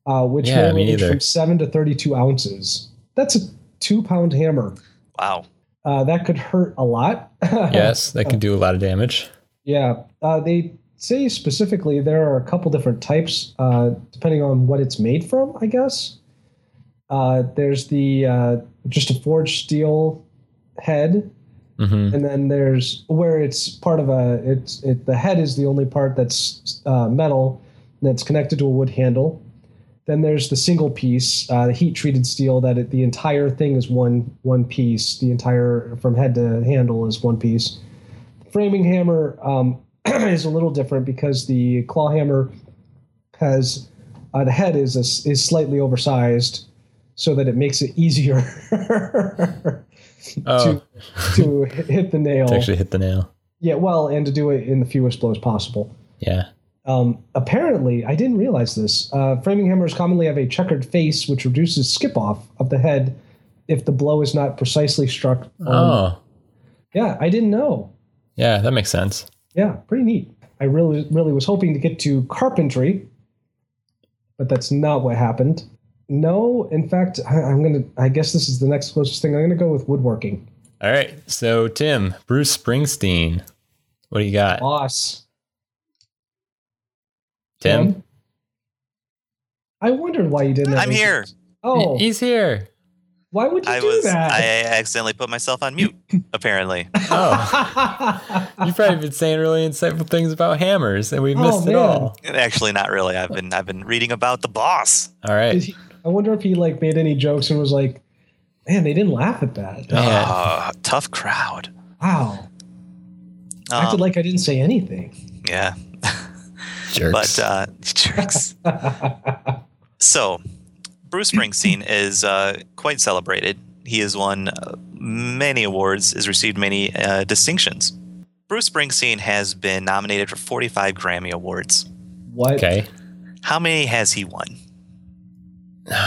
Speaker 2: Uh, which
Speaker 3: Yeah,
Speaker 2: may
Speaker 3: me
Speaker 2: range
Speaker 3: neither.
Speaker 2: from seven to thirty-two ounces. That's a two-pound hammer.
Speaker 1: Wow.
Speaker 2: Uh, that could hurt a lot. (laughs)
Speaker 3: Yes, that can do a lot of damage.
Speaker 2: Yeah, uh, they say specifically there are a couple different types uh, depending on what it's made from. I guess uh, there's the uh, just a forged steel head,
Speaker 3: hmm
Speaker 2: and then there's where it's part of a it's it the head is the only part that's uh, metal and it's connected to a wood handle. Then there's the single piece, uh, the heat treated steel that it, the entire thing is one one piece. The entire from head to handle is one piece. Framing hammer um, (clears throat) is a little different because the claw hammer has uh, the head is a s is slightly oversized, so that it makes it (laughs) easier
Speaker 3: Oh,
Speaker 2: to hit the nail.
Speaker 3: to Oh, actually hit the nail.
Speaker 2: Yeah, well, and to do it in the fewest blows possible.
Speaker 3: Yeah.
Speaker 2: Um, apparently, I didn't realize this. Uh, framing hammers commonly have a checkered face, which reduces skip off of the head if the blow is not precisely struck. on-
Speaker 3: Oh,
Speaker 2: Yeah, I didn't know.
Speaker 3: yeah, that makes sense.
Speaker 2: Yeah, pretty neat. I really, really was hoping to get to carpentry, but that's not what happened. No, in fact, I, I'm gonna. I guess this is the next closest thing. I'm gonna go with woodworking.
Speaker 3: All right. So, Tim, Bruce Springsteen. What do you got?
Speaker 2: Boss.
Speaker 3: Tim?
Speaker 2: I wondered why you didn't.
Speaker 1: I'm here.
Speaker 2: Oh,
Speaker 3: He's
Speaker 2: (laughs)
Speaker 3: here.
Speaker 2: why would you
Speaker 1: I
Speaker 2: do
Speaker 1: was I
Speaker 2: that?
Speaker 1: accidentally put myself on
Speaker 2: (laughs)
Speaker 1: mute. apparently,
Speaker 3: Oh, you've probably been saying really insightful things about hammers, and we
Speaker 2: Oh,
Speaker 3: missed it
Speaker 2: man.
Speaker 3: all.
Speaker 1: actually, not really. I've been I've been reading about the boss.
Speaker 3: All right.
Speaker 2: (laughs) (laughs) Did he- I wonder if he like made any jokes and was like, "Man, they didn't laugh at
Speaker 3: Man.
Speaker 2: that."
Speaker 1: Ah, tough crowd.
Speaker 2: Wow, acted
Speaker 1: Um,
Speaker 2: like I didn't say anything.
Speaker 1: yeah,
Speaker 3: Jerks.
Speaker 1: but uh, (laughs) jerks. so, Bruce Springsteen is uh, quite celebrated. He has won uh, many awards, has received many uh, distinctions. Bruce Springsteen has been nominated for 45 Grammy Awards.
Speaker 2: What?
Speaker 3: okay.
Speaker 1: How many has he won?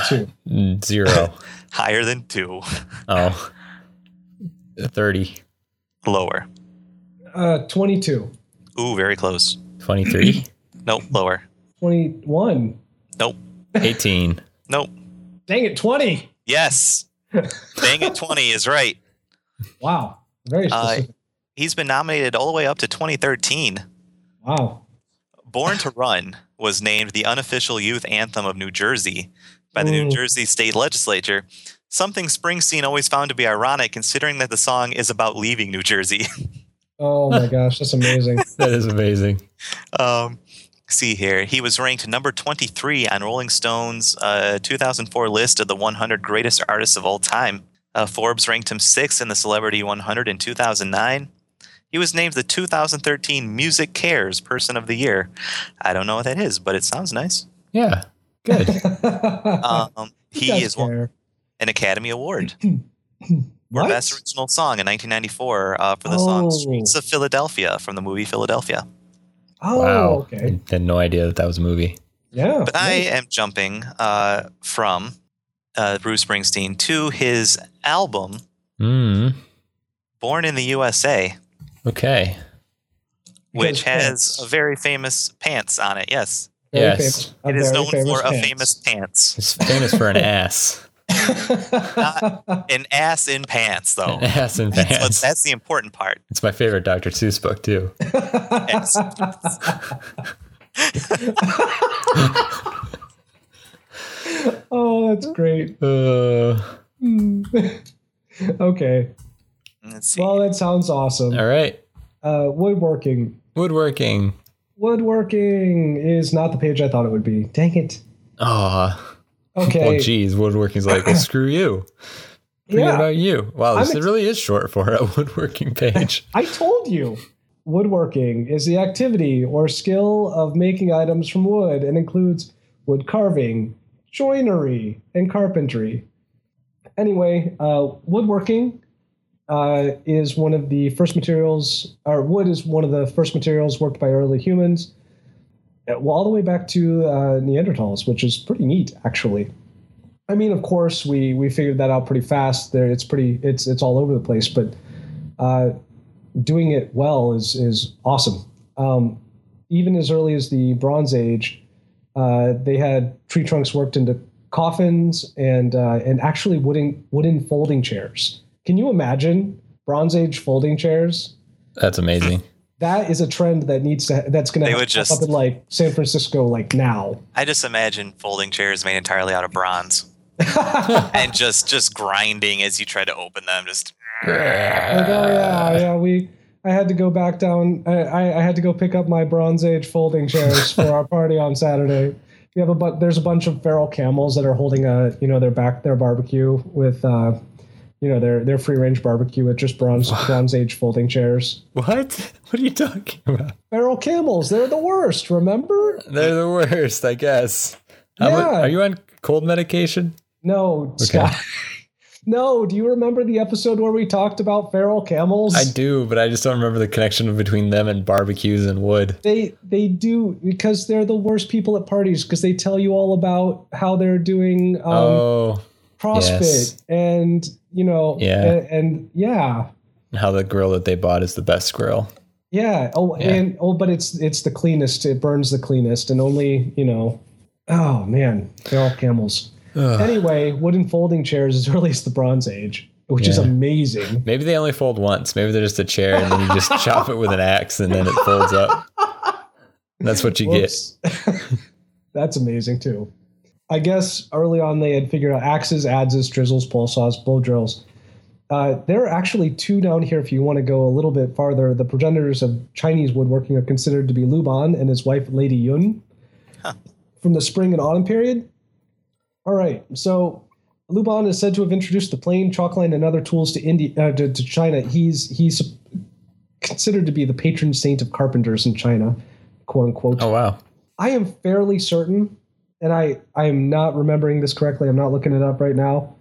Speaker 2: Two.
Speaker 3: Mm, Zero.
Speaker 1: Higher than two,
Speaker 3: oh. 30.
Speaker 1: lower.
Speaker 2: Uh, 22,
Speaker 1: Ooh, very close.
Speaker 3: 23.
Speaker 2: (laughs)
Speaker 1: Nope, lower.
Speaker 2: 21.
Speaker 1: Nope,
Speaker 3: 18.
Speaker 1: nope.
Speaker 2: Dang it, 20.
Speaker 1: Yes. Dang it, 20 is right.
Speaker 2: Wow. Very
Speaker 1: Uh,
Speaker 2: specific.
Speaker 1: He's been nominated all the way up to 2013.
Speaker 2: wow.
Speaker 1: Born to Run was named the unofficial youth anthem of New Jersey by the New
Speaker 2: Ooh.
Speaker 1: Jersey state legislature, something Springsteen always found to be ironic considering that the song is about leaving New Jersey. (laughs)
Speaker 2: Oh
Speaker 3: (laughs)
Speaker 2: my gosh, that's amazing.
Speaker 3: That is amazing.
Speaker 1: um, see here, he was ranked number 23 on Rolling Stone's uh, 2004 list of the 100 greatest artists of all time. Uh, Forbes ranked him sixth in the Celebrity 100 in 2009. He was named the 2013 Music Cares Person of the Year. I don't know what that is, but it sounds nice.
Speaker 3: Yeah.
Speaker 2: (laughs)
Speaker 3: Good.
Speaker 1: Um, he
Speaker 2: does
Speaker 1: is one.
Speaker 2: care.
Speaker 1: an Academy Award for
Speaker 2: What?
Speaker 1: Best Original Song in 1994 uh, for the
Speaker 2: Oh.
Speaker 1: song "Streets of Philadelphia" from the movie Philadelphia.
Speaker 2: Oh,
Speaker 3: wow.
Speaker 2: okay.
Speaker 3: I had no idea that that was a movie.
Speaker 2: Yeah.
Speaker 1: But I am jumping uh, from uh, Bruce Springsteen to his album
Speaker 3: Mm.
Speaker 1: "Born in the USA,"
Speaker 3: Okay.
Speaker 1: which
Speaker 2: Because
Speaker 1: has
Speaker 2: pants.
Speaker 1: a very famous pants on it. Yes,
Speaker 2: Very
Speaker 3: yes.
Speaker 2: famous- a
Speaker 1: it is
Speaker 2: very
Speaker 1: known for a
Speaker 2: pants.
Speaker 1: famous pants,
Speaker 3: It's famous for
Speaker 2: (laughs)
Speaker 3: an ass.
Speaker 1: (laughs) an ass in pants,
Speaker 2: Oh.
Speaker 1: though.
Speaker 3: (laughs) An ass in
Speaker 1: That's, what-
Speaker 3: pants.
Speaker 1: that's the important part.
Speaker 3: It's my favorite Dr. Seuss book, too.
Speaker 2: (laughs)
Speaker 1: Yes.
Speaker 2: oh, that's great.
Speaker 3: Uh,
Speaker 2: Okay.
Speaker 1: Let's see.
Speaker 2: Well, that sounds awesome.
Speaker 3: all right.
Speaker 2: Uh, woodworking.
Speaker 3: Woodworking.
Speaker 2: Woodworking is not the page I thought it would be. Dang it.
Speaker 3: Oh,
Speaker 2: Okay.
Speaker 3: well, geez. Woodworking's like, well, screw you. Forget
Speaker 2: yeah,
Speaker 3: about you. Wow, this
Speaker 2: I'm ex-
Speaker 3: really is short for a (laughs) woodworking page.
Speaker 2: I told you. Woodworking is the activity or skill of making items from wood and includes wood carving, joinery, and carpentry. Anyway, uh, woodworking uh, is one of the first materials, or wood is one of the first materials worked by early humans, uh, well, all the way back to uh, Neanderthals, which is pretty neat, actually. I mean, of course, we we figured that out pretty fast. There, it's pretty, it's it's all over the place, but uh, doing it well is is awesome. Um, even as early as the Bronze Age, uh, they had tree trunks worked into coffins and uh, and actually wooden wooden folding chairs. Can you imagine Bronze Age folding chairs?
Speaker 3: That's
Speaker 2: (laughs)
Speaker 3: amazing.
Speaker 2: That is a trend that needs to that's going
Speaker 1: They
Speaker 2: to
Speaker 1: would just-
Speaker 2: up in like San Francisco like now.
Speaker 1: I just imagine folding chairs made entirely out of bronze. and just just grinding as you try to open them. Just
Speaker 2: Like,
Speaker 3: Uh,
Speaker 2: oh yeah, yeah. We I had to go back down. I, I, I had to go pick up my Bronze Age folding chairs for our party on Saturday. We have a but there's a bunch of feral camels that are holding a you know their back their barbecue with uh, you know their their free range barbecue with just bronze Bronze Age folding chairs.
Speaker 3: What? What are you talking about?
Speaker 2: Feral camels, they're the worst. Remember?
Speaker 3: They're the worst, I guess. How mu-
Speaker 2: Yeah.
Speaker 3: are you on cold medication?
Speaker 2: No, Scott. (laughs) No, do you remember the episode where we talked about feral camels?
Speaker 3: I do, but I just don't remember the connection between them and barbecues and wood.
Speaker 2: They they do because they're the worst people at parties because they tell you all about how they're doing um,
Speaker 3: oh,
Speaker 2: CrossFit
Speaker 3: yes.
Speaker 2: and you know
Speaker 3: Yeah.
Speaker 2: and, and yeah
Speaker 3: and how the grill that they bought is the best grill.
Speaker 2: yeah oh
Speaker 3: Yeah.
Speaker 2: and oh but it's it's the cleanest it burns the cleanest and only you know oh man feral
Speaker 3: (sighs)
Speaker 2: camels.
Speaker 3: Ugh.
Speaker 2: Anyway, wooden folding chairs (laughs) as early as the Bronze Age, which is
Speaker 3: Yeah.
Speaker 2: amazing.
Speaker 3: Maybe they only fold once. Maybe they're just a chair and then you
Speaker 2: (laughs)
Speaker 3: just chop it with an axe and then it folds up. That's what you get.
Speaker 2: Whoops. (laughs) That's amazing too. I guess early on they had figured out axes, adzes, drizzles, pole saws, blow drills. Uh, there are actually two down here. If you want to go a little bit farther, the progenitors of Chinese woodworking are considered to be Lu Ban and his wife Lady Yun from the spring and autumn period. All right, so Lu Ban is said to have introduced the plane, chalkline, and other tools to India uh, to, to China. He's he's considered to be the patron saint of carpenters in China, quote unquote.
Speaker 3: Oh, wow.
Speaker 2: I am fairly certain, and I I am not remembering this correctly. I'm not looking it up right now,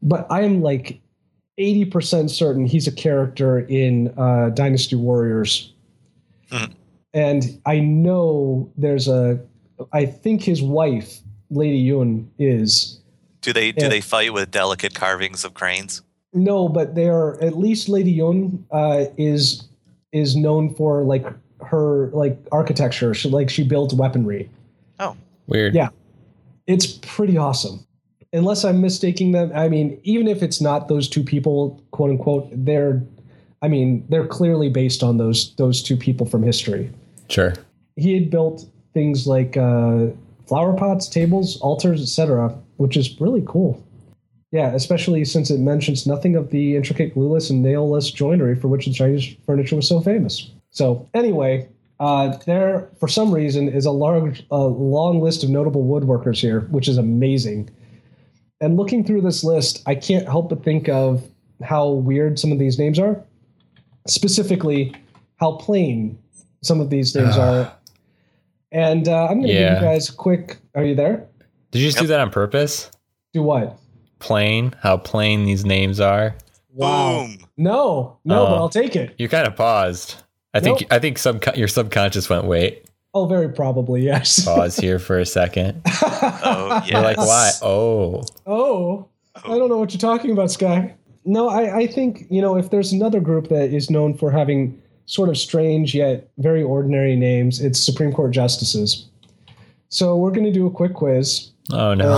Speaker 2: but I am like eighty percent certain he's a character in uh, Dynasty Warriors,
Speaker 1: Hmm.
Speaker 2: and I know there's a. I think his wife, Lady Yun, is
Speaker 1: Do they do
Speaker 2: Yeah.
Speaker 1: they fight with delicate carvings of cranes?
Speaker 2: no, but they are at least Lady Yun uh, is is known for like her like architecture. She like she built weaponry.
Speaker 1: Oh,
Speaker 3: Weird.
Speaker 2: Yeah. it's pretty awesome. Unless I'm mistaking them, I mean, even if it's not those two people, quote unquote, they're, I mean, they're clearly based on those those two people from history.
Speaker 3: Sure.
Speaker 2: He had built things like uh, flower pots, tables, altars, etc., which is really cool. Yeah, especially since it mentions nothing of the intricate glueless and nailless joinery for which the Chinese furniture was so famous. So anyway, uh, there for some reason is a large, a long list of notable woodworkers here, which is amazing. And looking through this list, I can't help but think of how weird some of these names are. Specifically, how plain some of these names are. And uh, I'm going to
Speaker 3: Yeah.
Speaker 2: give you guys a quick. Are you there?
Speaker 3: Did you just do
Speaker 1: Yep.
Speaker 3: that on purpose?
Speaker 2: Do what?
Speaker 3: Plain, how plain these names are.
Speaker 1: boom!
Speaker 2: No, no, but
Speaker 3: Oh.
Speaker 2: I'll take it.
Speaker 3: You kind of paused. I think
Speaker 2: Nope.
Speaker 3: I think subcon your subconscious went wait.
Speaker 2: Oh, very probably yes. (laughs)
Speaker 3: Pause here for a second.
Speaker 1: Oh,
Speaker 3: You're like
Speaker 1: Yes.
Speaker 3: why? Oh,
Speaker 2: Oh, I don't know what you're talking about, Sky. No, I, I think, you know, if there's another group that is known for having sort of strange yet very ordinary names, it's Supreme Court justices. So we're going to do a quick quiz. (laughs)
Speaker 3: oh no.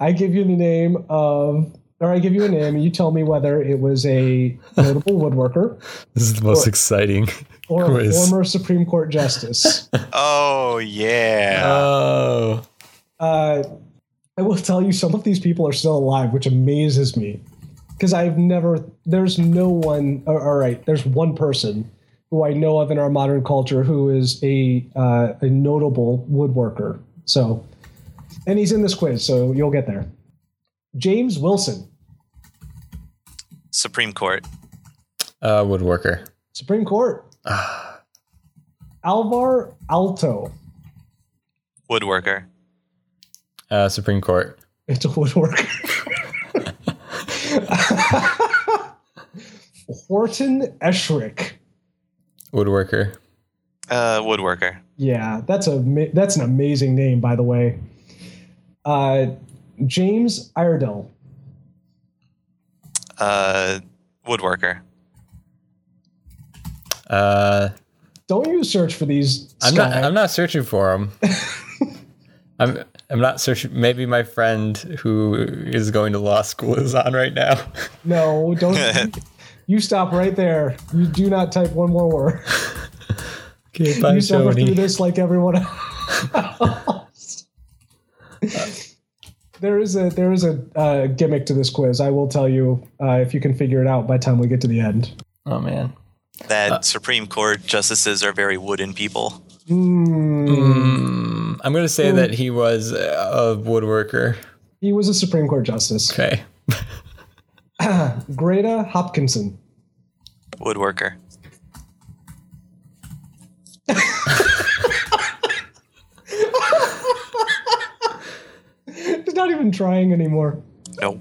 Speaker 2: I give you the name of, or I give you a name, and you tell me whether it was a notable woodworker
Speaker 3: (laughs) This is the most exciting.
Speaker 2: or a
Speaker 3: Quiz.
Speaker 2: former Supreme Court justice.
Speaker 1: Oh yeah.
Speaker 3: Oh,
Speaker 2: uh, I will tell you, some of these people are still alive, which amazes me because I've never. There's no one. or- all right, there's one person who I know of in our modern culture who is a uh, a notable woodworker. So, and he's in this quiz, so you'll get there. James Wilson,
Speaker 1: Supreme Court.
Speaker 3: uh, woodworker. Uh,
Speaker 2: Supreme Court. Alvar Alto.
Speaker 1: Woodworker.
Speaker 3: Uh, Supreme Court.
Speaker 2: It's a woodworker. (laughs) Horton Eschrick.
Speaker 3: Woodworker.
Speaker 1: Uh, woodworker.
Speaker 2: Yeah, that's a ma- that's an amazing name, by the way. Uh, James Iredell,
Speaker 1: Uh, woodworker.
Speaker 3: Uh,
Speaker 2: don't you search for these?
Speaker 3: I'm
Speaker 2: Sky.
Speaker 3: not. I'm not searching for him. I'm. I'm not searching. Maybe my friend who is going to law school is on right now. (laughs)
Speaker 2: no, don't. you stop right there. You do not type one more word.
Speaker 3: Okay, bye,
Speaker 2: you suffer through
Speaker 3: Joni.
Speaker 2: this like everyone else. there is a there is a uh, gimmick to this quiz. I will tell you uh, if you can figure it out by the time we get to the end.
Speaker 3: Oh man.
Speaker 1: That Supreme Court justices are very wooden people.
Speaker 3: Mm, I'm gonna say that he was a woodworker.
Speaker 2: He was a Supreme Court justice.
Speaker 3: Okay.
Speaker 2: Greta Hopkinson. (laughs)
Speaker 1: Woodworker.
Speaker 2: He's not even trying anymore.
Speaker 1: No.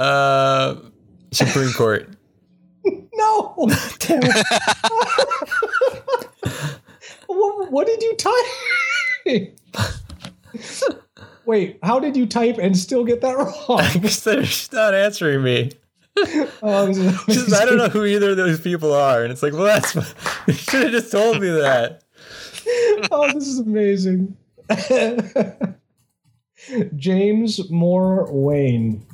Speaker 3: Uh, Supreme Court. (laughs)
Speaker 2: No.
Speaker 3: Damn it.
Speaker 2: (laughs) what, what did you type? Wait, how did you type and still get
Speaker 3: (laughs)
Speaker 2: that wrong?
Speaker 3: They're just not answering me.
Speaker 2: Oh, this
Speaker 3: (laughs)
Speaker 2: is
Speaker 3: Just- I
Speaker 2: amazing.
Speaker 3: don't know who either of those people are. And it's like, well, that's. (laughs) You should have just told me that.
Speaker 2: Oh, this is amazing. (laughs) James Moore Wayne.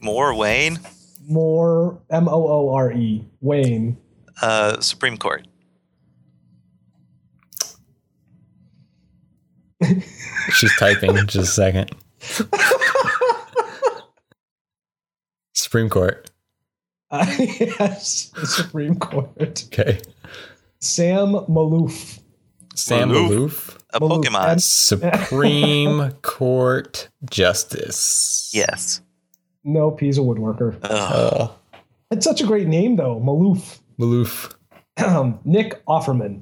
Speaker 1: Moore Wayne,
Speaker 2: Moore, M O O R E, Wayne. (laughs)
Speaker 1: uh, Supreme Court.
Speaker 3: She's typing. Just a second. Supreme Court.
Speaker 2: Uh, yes, the Supreme Court.
Speaker 3: Okay.
Speaker 2: Sam Maloof.
Speaker 3: Sam
Speaker 1: Maloof.
Speaker 3: Maloof.
Speaker 1: A
Speaker 2: Maloof.
Speaker 1: Pokemon.
Speaker 2: And-
Speaker 3: Supreme Court Justice.
Speaker 1: yes.
Speaker 2: Nope, he's a woodworker.
Speaker 1: Ugh.
Speaker 3: Uh,
Speaker 2: It's such a great name, though. Maloof.
Speaker 3: Maloof.
Speaker 2: Um, Nick Offerman.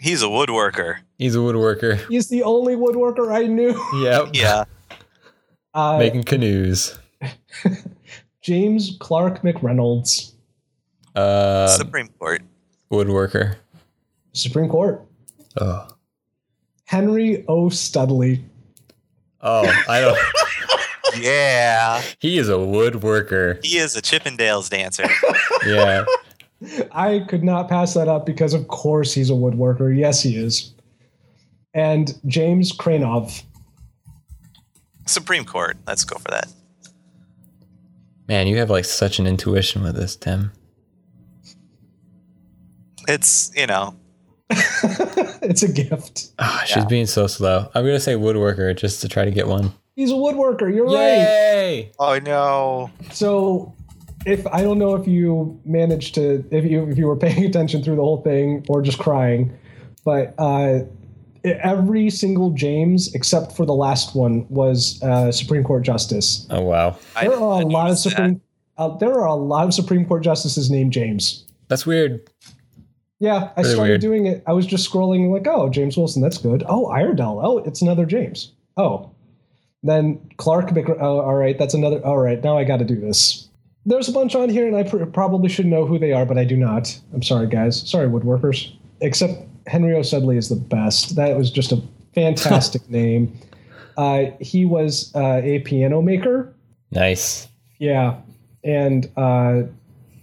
Speaker 1: He's a woodworker.
Speaker 3: He's a woodworker.
Speaker 2: He's the only woodworker I knew. (laughs)
Speaker 3: Yep.
Speaker 1: Yeah.
Speaker 2: Uh,
Speaker 3: Making canoes.
Speaker 2: James Clark McReynolds.
Speaker 3: Uh,
Speaker 1: Supreme Court.
Speaker 3: woodworker.
Speaker 2: Supreme Court.
Speaker 3: Oh.
Speaker 2: Henry O. Studley.
Speaker 3: Oh, I don't.
Speaker 1: Yeah.
Speaker 3: he is a woodworker.
Speaker 1: He is a Chippendales dancer.
Speaker 3: Yeah.
Speaker 2: I could not pass that up because, of course, he's a woodworker. Yes, he is. And James Kranov.
Speaker 1: Supreme Court. Let's go for that.
Speaker 3: Man, you have like such an intuition with this, Tim.
Speaker 1: It's, you know,
Speaker 2: (laughs) it's a gift.
Speaker 3: Ah, She's being so slow. I'm gonna say woodworker just to try to get one.
Speaker 2: He's a woodworker. You're right.
Speaker 3: Yay!
Speaker 1: Oh no.
Speaker 2: So, if I don't know if you managed to, if you if you were paying (laughs) attention through the whole thing or just crying, but uh, every single James except for the last one was uh, Supreme Court justice.
Speaker 3: Oh wow,
Speaker 1: I,
Speaker 2: There are a lot of
Speaker 1: noticed that.
Speaker 2: Supreme. Uh, there are a lot of Supreme Court justices named James.
Speaker 3: that's weird.
Speaker 2: Yeah, I
Speaker 3: Really
Speaker 2: started
Speaker 3: weird.
Speaker 2: doing it. I was just scrolling, like, oh, James Wilson, that's good. Oh, Iredell. Oh, it's another James. Oh, then Clark. Mc- oh, all right, that's another. All right, now I got to do this. There's a bunch on here, and I pr- probably should know who they are, but I do not. I'm sorry, guys. Sorry, woodworkers. Except Henry O. Sudley is the best. That was just a fantastic name. Uh, he was uh, a piano maker.
Speaker 3: Nice.
Speaker 2: Yeah, and uh,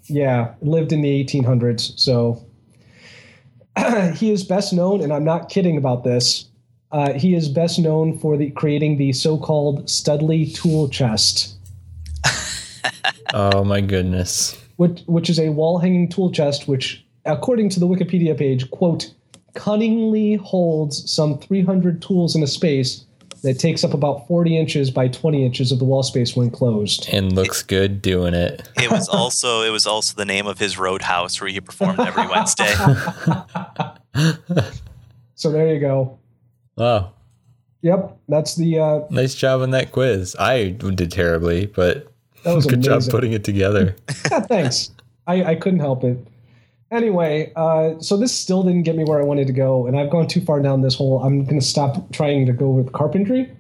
Speaker 2: yeah, lived in the 1800s. So (clears throat) he is best known, and I'm not kidding about this. Uh, he is best known for the creating the so-called Studley tool chest,
Speaker 3: Oh my goodness.
Speaker 2: which which is a wall-hanging tool chest, which, according to the Wikipedia page, quote, cunningly holds some 300 tools in a space that takes up about 40 inches by 20 inches of the wall space when closed.
Speaker 3: And looks good doing it.
Speaker 1: It was also it was also the name of his roadhouse where he performed
Speaker 2: (laughs)
Speaker 1: every Wednesday.
Speaker 2: So there you go.
Speaker 3: Wow,
Speaker 2: Yep, that's the uh,
Speaker 3: nice job on that quiz. I did terribly, but
Speaker 2: That was
Speaker 3: good job
Speaker 2: amazing.
Speaker 3: putting it together.
Speaker 2: Yeah, thanks. I, I couldn't help it. Anyway, uh, so this still didn't get me where I wanted to go, and I've gone too far down this hole. I'm going to stop trying to go with carpentry,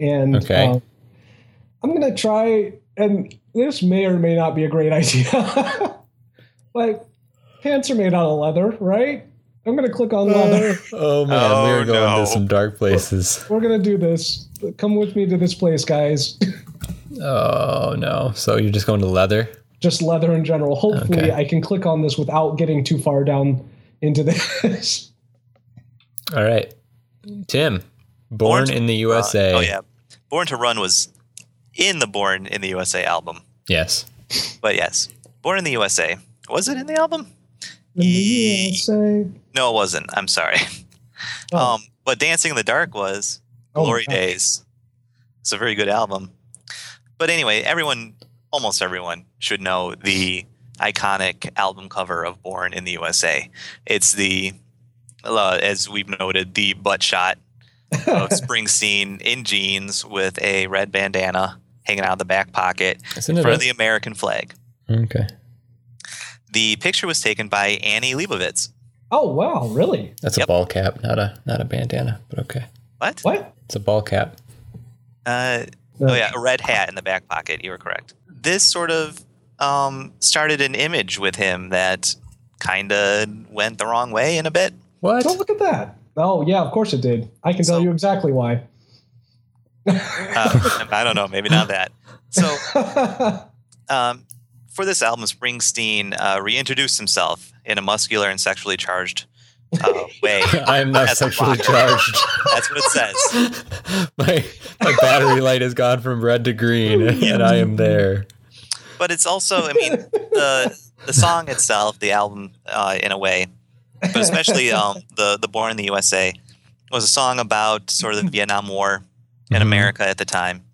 Speaker 2: and
Speaker 3: Okay.
Speaker 2: uh, I'm going to try. And this may or may not be a great (laughs) idea. like pants are made out of leather, right? I'm going to click on leather.
Speaker 3: oh man, we
Speaker 1: Oh,
Speaker 3: are going
Speaker 1: no.
Speaker 3: to some dark places.
Speaker 2: We're going to do this. Come with me to this place, guys.
Speaker 3: Oh no. So you're just going to leather?
Speaker 2: just leather in general. Hopefully,
Speaker 3: Okay.
Speaker 2: I can click on this without getting too far down into this. (laughs)
Speaker 3: All right, Tim. Born,
Speaker 1: Born to
Speaker 3: in the USA.
Speaker 1: Oh yeah. Born to Run was in the Born in the USA album.
Speaker 3: Yes.
Speaker 1: But yes, Born in the USA. Was it in the album?
Speaker 2: In the
Speaker 1: Ye-
Speaker 2: USA.
Speaker 1: No, it wasn't. I'm sorry.
Speaker 2: Oh.
Speaker 1: Um, but Dancing in the Dark was
Speaker 2: Oh,
Speaker 1: Glory
Speaker 2: wow.
Speaker 1: Days. It's a very good album. But anyway, everyone, almost everyone, should know the iconic album cover of Born in the USA. It's the, uh, as we've noted, the butt shot of
Speaker 2: (laughs)
Speaker 1: Springsteen in jeans with a red bandana hanging out of the back pocket
Speaker 3: Isn't
Speaker 1: in front of
Speaker 3: it?
Speaker 1: the American flag.
Speaker 3: a- okay.
Speaker 1: The picture was taken by Annie Leibovitz.
Speaker 2: Oh wow, really?
Speaker 3: That's a
Speaker 1: Yep.
Speaker 3: ball cap, not a not a bandana, but okay.
Speaker 1: What?
Speaker 2: What?
Speaker 3: It's a ball cap.
Speaker 1: Uh, Oh yeah, a red hat in the back pocket. You were correct. This sort of um, started an image with him that kind of went the wrong way in a bit.
Speaker 3: What?
Speaker 2: Don't look at that. Oh yeah, of course it did. I can tell
Speaker 1: So-
Speaker 2: you
Speaker 3: (laughs)
Speaker 2: exactly why.
Speaker 1: Uh, (laughs) I don't know. Maybe not that. So
Speaker 2: yeah,
Speaker 1: um, for this album, Springsteen uh, reintroduced himself in a muscular and sexually charged uh, way.
Speaker 3: (laughs) I am not
Speaker 1: That's a
Speaker 3: sexually
Speaker 1: lot.
Speaker 3: charged. (laughs)
Speaker 1: That's what it says.
Speaker 3: my my battery light has gone from red to green, and I am there.
Speaker 1: But it's also, I
Speaker 2: (laughs)
Speaker 1: mean, the the song itself, the album, uh, in a way, but
Speaker 2: (laughs)
Speaker 1: especially um, the the Born in the USA was a song about sort of the Vietnam War in
Speaker 3: Mhm.
Speaker 2: Mm-hmm.
Speaker 1: America at the time.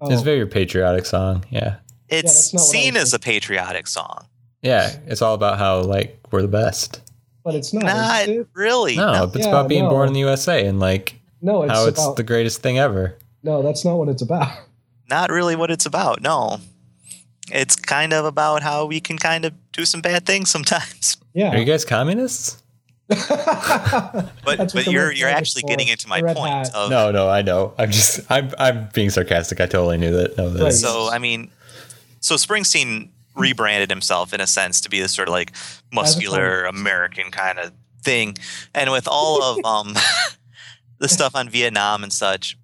Speaker 2: Oh,
Speaker 3: It's a very patriotic song. Yeah,
Speaker 1: It's
Speaker 2: that's not what I
Speaker 1: seen
Speaker 2: was
Speaker 1: as a patriotic song.
Speaker 3: yeah. It's all about how like we're the best.
Speaker 2: but it's not.
Speaker 1: Not
Speaker 2: is it?
Speaker 1: really.
Speaker 3: No,
Speaker 1: No.
Speaker 3: it's
Speaker 2: Yeah,
Speaker 3: about being
Speaker 2: no.
Speaker 3: born in the USA and like
Speaker 2: No, it's
Speaker 3: how it's
Speaker 2: about.
Speaker 3: the greatest thing ever.
Speaker 2: no, that's not what it's about. (laughs)
Speaker 1: Not really what it's about. No. It's kind of about how we can kind of do some bad things sometimes. (laughs)
Speaker 3: Are
Speaker 2: (laughs)
Speaker 3: you
Speaker 2: Yeah.
Speaker 3: guys communists?
Speaker 1: But
Speaker 2: That's what
Speaker 1: but
Speaker 2: the
Speaker 1: you're
Speaker 2: red
Speaker 1: you're
Speaker 2: hat is
Speaker 1: actually
Speaker 2: for,
Speaker 1: getting into my
Speaker 2: the red
Speaker 1: point
Speaker 2: hat.
Speaker 1: of
Speaker 3: No, no, I know. I'm just I'm I'm being sarcastic. I totally knew that. No,
Speaker 2: Right.
Speaker 3: this.
Speaker 1: So I mean, so Springsteen rebranded himself in a sense to be this sort of like muscular American kind of thing, and with all of um, (laughs) the stuff on Vietnam and such,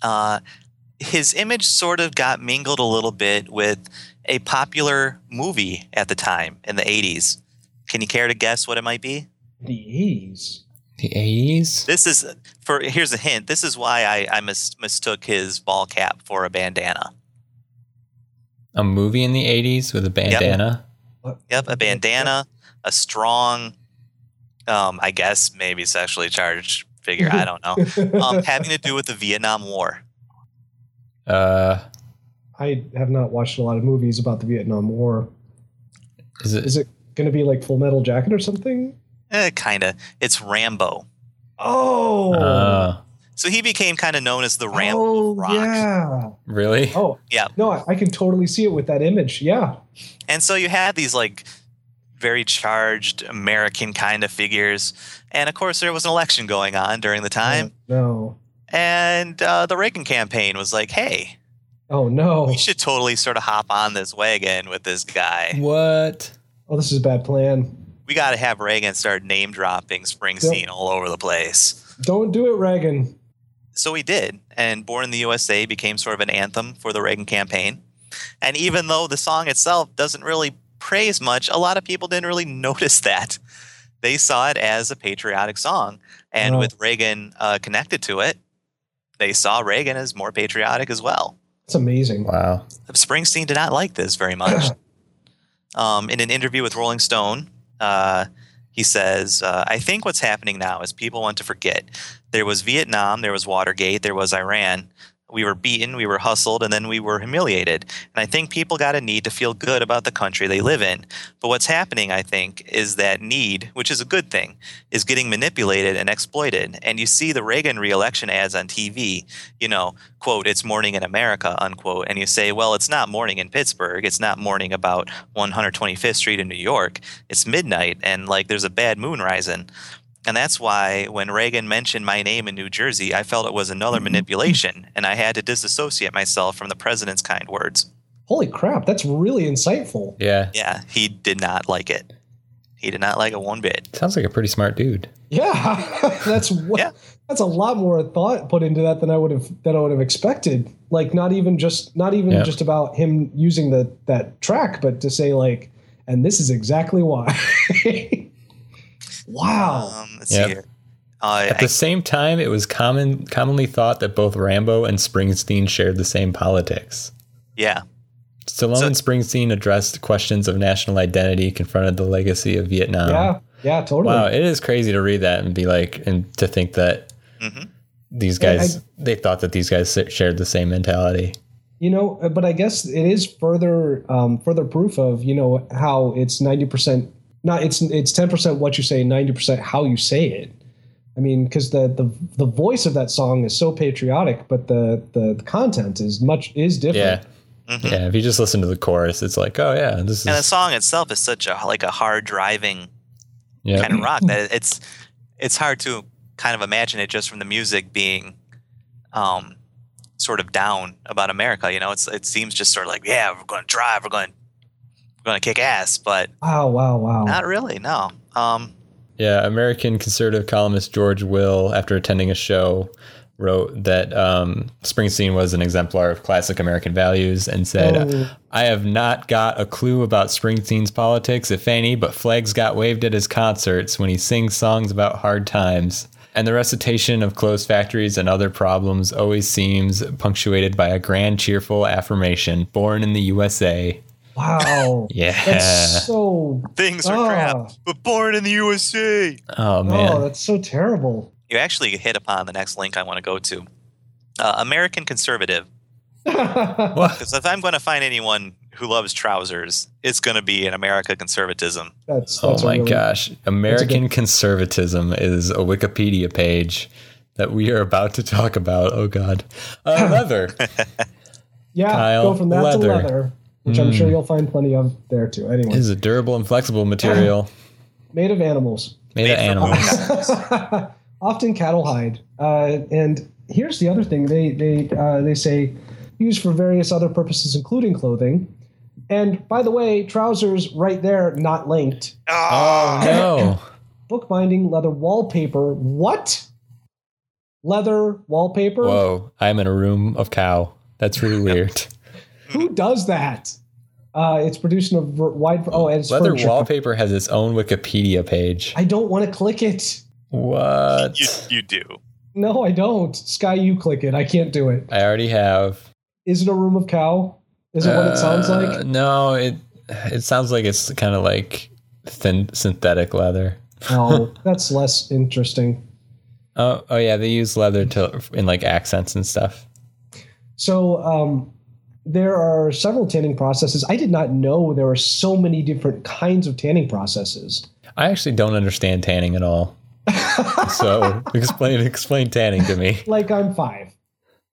Speaker 1: uh, his image sort of got mingled a little bit with a popular movie at the time in the '80s. Can you care to guess what it might be?
Speaker 2: the ease.
Speaker 3: the 80s.
Speaker 1: This is for here's a hint. This is why I, I mis- mistook his ball cap for a bandana.
Speaker 3: A movie in the 80s with a bandana.
Speaker 1: Yep, a
Speaker 2: (laughs)
Speaker 1: bandana, a strong, um, I guess maybe sexually charged figure. I don't know.
Speaker 2: (laughs)
Speaker 1: Um, having to do with the Vietnam War.
Speaker 3: Uh,
Speaker 2: I have not watched a lot of movies about the Vietnam War.
Speaker 3: is it?
Speaker 2: Is it going to be like Full Metal Jacket or something?
Speaker 1: Eh, kind of. It's Rambo.
Speaker 2: Oh,
Speaker 3: Uh,
Speaker 1: So he became kind of known as the Rambo.
Speaker 2: oh,
Speaker 1: Rock.
Speaker 2: yeah.
Speaker 3: really?
Speaker 2: Oh,
Speaker 1: Yeah.
Speaker 2: No, I, I can totally see it with that image. Yeah,
Speaker 1: And so you had these like very charged American kind of figures. And of course, there was an election going on during the time.
Speaker 2: Oh, No.
Speaker 1: And uh, the Reagan campaign was like, hey,
Speaker 2: Oh no.
Speaker 1: we should totally sort of hop on this wagon with this guy.
Speaker 3: What?
Speaker 2: Oh, this is a bad plan.
Speaker 1: we got to have Reagan start name dropping Springsteen all over the place.
Speaker 2: Don't do it, Reagan.
Speaker 1: So he did, and Born in the USA became sort of an anthem for the Reagan campaign. And even though the song itself doesn't really praise much, a lot of people didn't really (laughs) notice that. They saw it as a patriotic song. And
Speaker 2: Wow.
Speaker 1: with Reagan uh, connected to it, they saw Reagan as more patriotic as well.
Speaker 2: It's amazing.
Speaker 3: Wow.
Speaker 1: Springsteen did not like this very much. um, in an interview with Rolling Stone, uh, he says, uh, I think what's happening now is people want to forget. There was Vietnam, there was Watergate, there was Iran. We were beaten, we were hustled, and then we were humiliated. And I think people got a need to feel good about the country they live in. But what's happening, I think, is that need, which is a good thing, is getting manipulated and exploited. And you see the Reagan reelection ads on TV, you know, quote, it's morning in America, unquote. And you say, well, it's not morning in Pittsburgh. It's not morning about 125th Street in New York. It's midnight and like there's a bad moon rising. And that's why when Reagan mentioned my name in New Jersey, I felt it was
Speaker 3: Mm-hmm.
Speaker 1: another manipulation and I had to disassociate myself from the president's kind words.
Speaker 2: Holy crap, that's really insightful.
Speaker 3: Yeah.
Speaker 1: Yeah, he did not like it. He did not like it one bit.
Speaker 3: Sounds like a pretty smart dude.
Speaker 2: Yeah, (laughs) that's what,
Speaker 1: Yeah.
Speaker 2: that's a lot more thought put into that than I would have than I would have expected. Like not even just not even
Speaker 3: Yeah.
Speaker 2: just about him using the that track, but to say like, and this is exactly why. (laughs) wow.
Speaker 1: Um, let's
Speaker 3: Oh. Yep.
Speaker 1: see here. Uh,
Speaker 3: At the same time, it was common commonly thought that both Rambo and Springsteen shared the same politics.
Speaker 1: yeah.
Speaker 3: Stallone
Speaker 1: So-
Speaker 3: and Springsteen addressed questions of national identity, confronted the legacy of Vietnam.
Speaker 2: yeah, yeah, totally.
Speaker 3: Wow, it is crazy to read that and be like, and to think that
Speaker 1: Mhm.
Speaker 3: these
Speaker 2: Yeah,
Speaker 3: guys, they thought that these guys s- shared the same mentality.
Speaker 2: you know uh, but i guess it is further um, further proof of you know how it's 90% not it's it's 10% what you say 90% how you say it i mean because the, the the voice of that song is so patriotic but the the, content is much is
Speaker 3: Yeah.
Speaker 2: different
Speaker 1: Mhm.
Speaker 3: Yeah. If you just listen to the chorus, it's like, oh, yeah, this
Speaker 1: And the
Speaker 3: is.
Speaker 1: song itself is such a like a hard driving
Speaker 3: Yeah.
Speaker 1: kind of rock that it's it's hard to kind of imagine it just from the music being um, sort of down about America. You know, it's it seems just sort of like yeah, we're going to drive, we're going we're going to kick ass, but
Speaker 2: Wow, wow, wow.
Speaker 1: not really. No. Um,
Speaker 3: Yeah, American conservative columnist George Will, after attending a show, wrote that um, Springsteen was an exemplar of classic American values and said,
Speaker 2: Oh.
Speaker 3: I have not got a clue about Springsteen's politics, if any, but flags got waved at his concerts when he sings songs about hard times. And the recitation of closed factories and other problems always seems punctuated by a grand, cheerful affirmation born in the USA.
Speaker 2: Wow.
Speaker 3: (laughs) Yeah.
Speaker 2: That's so.
Speaker 1: things are crap,
Speaker 2: Oh.
Speaker 1: but born in the USA.
Speaker 3: oh, man.
Speaker 2: Oh, that's so terrible. (laughs)
Speaker 1: You actually hit upon the next link I want to go to. Uh, American conservative.
Speaker 3: What?
Speaker 1: Because if I'm going to find anyone who loves trousers, it's going to be in America conservatism.
Speaker 2: That's,
Speaker 3: Oh
Speaker 2: that's a
Speaker 3: my
Speaker 2: really-
Speaker 3: gosh. American conservatism is a Wikipedia page that we are about to talk about. Oh God.
Speaker 2: (laughs)
Speaker 3: Uh, leather.
Speaker 2: Yeah,
Speaker 3: Kyle,
Speaker 2: go from that
Speaker 3: leather. Mm.
Speaker 2: to leather, which I'm sure you'll find plenty of there too. Anyway,
Speaker 3: is a durable and flexible material
Speaker 2: made of animals,
Speaker 3: made
Speaker 1: Made
Speaker 3: of
Speaker 1: from
Speaker 3: animals.
Speaker 1: animals.
Speaker 2: (laughs) often cattle hide. Uh, and here's the other thing: they they uh, they say used for various other purposes, including clothing. And by the way, trousers right there, not linked.
Speaker 1: Ah.
Speaker 3: (laughs) No.
Speaker 2: Bookbinding, leather wallpaper. What? Leather wallpaper?
Speaker 3: Whoa. I'm in a room of cow. That's really weird.
Speaker 2: Who does that? Uh, it's produced in a ver- wide. Oh, and it's
Speaker 3: Leather
Speaker 2: furniture.
Speaker 3: wallpaper has its own Wikipedia page.
Speaker 2: I don't want to click it.
Speaker 3: What?
Speaker 1: You, you do.
Speaker 2: No, I don't. Sky, you click it. I can't do it.
Speaker 3: I already have.
Speaker 2: Is it a room of cow? Is it what it sounds
Speaker 3: Uh,
Speaker 2: like?
Speaker 3: No, it it sounds like it's kind of like thin synthetic leather.
Speaker 2: No, (laughs) that's less interesting.
Speaker 3: Oh, oh yeah, they use leather to in like accents and stuff.
Speaker 2: So um, there are several tanning processes. I did not know there were so many different kinds of tanning processes.
Speaker 3: I actually don't understand tanning at
Speaker 2: (laughs)
Speaker 3: all. so explain explain tanning to me.
Speaker 2: Like I'm five.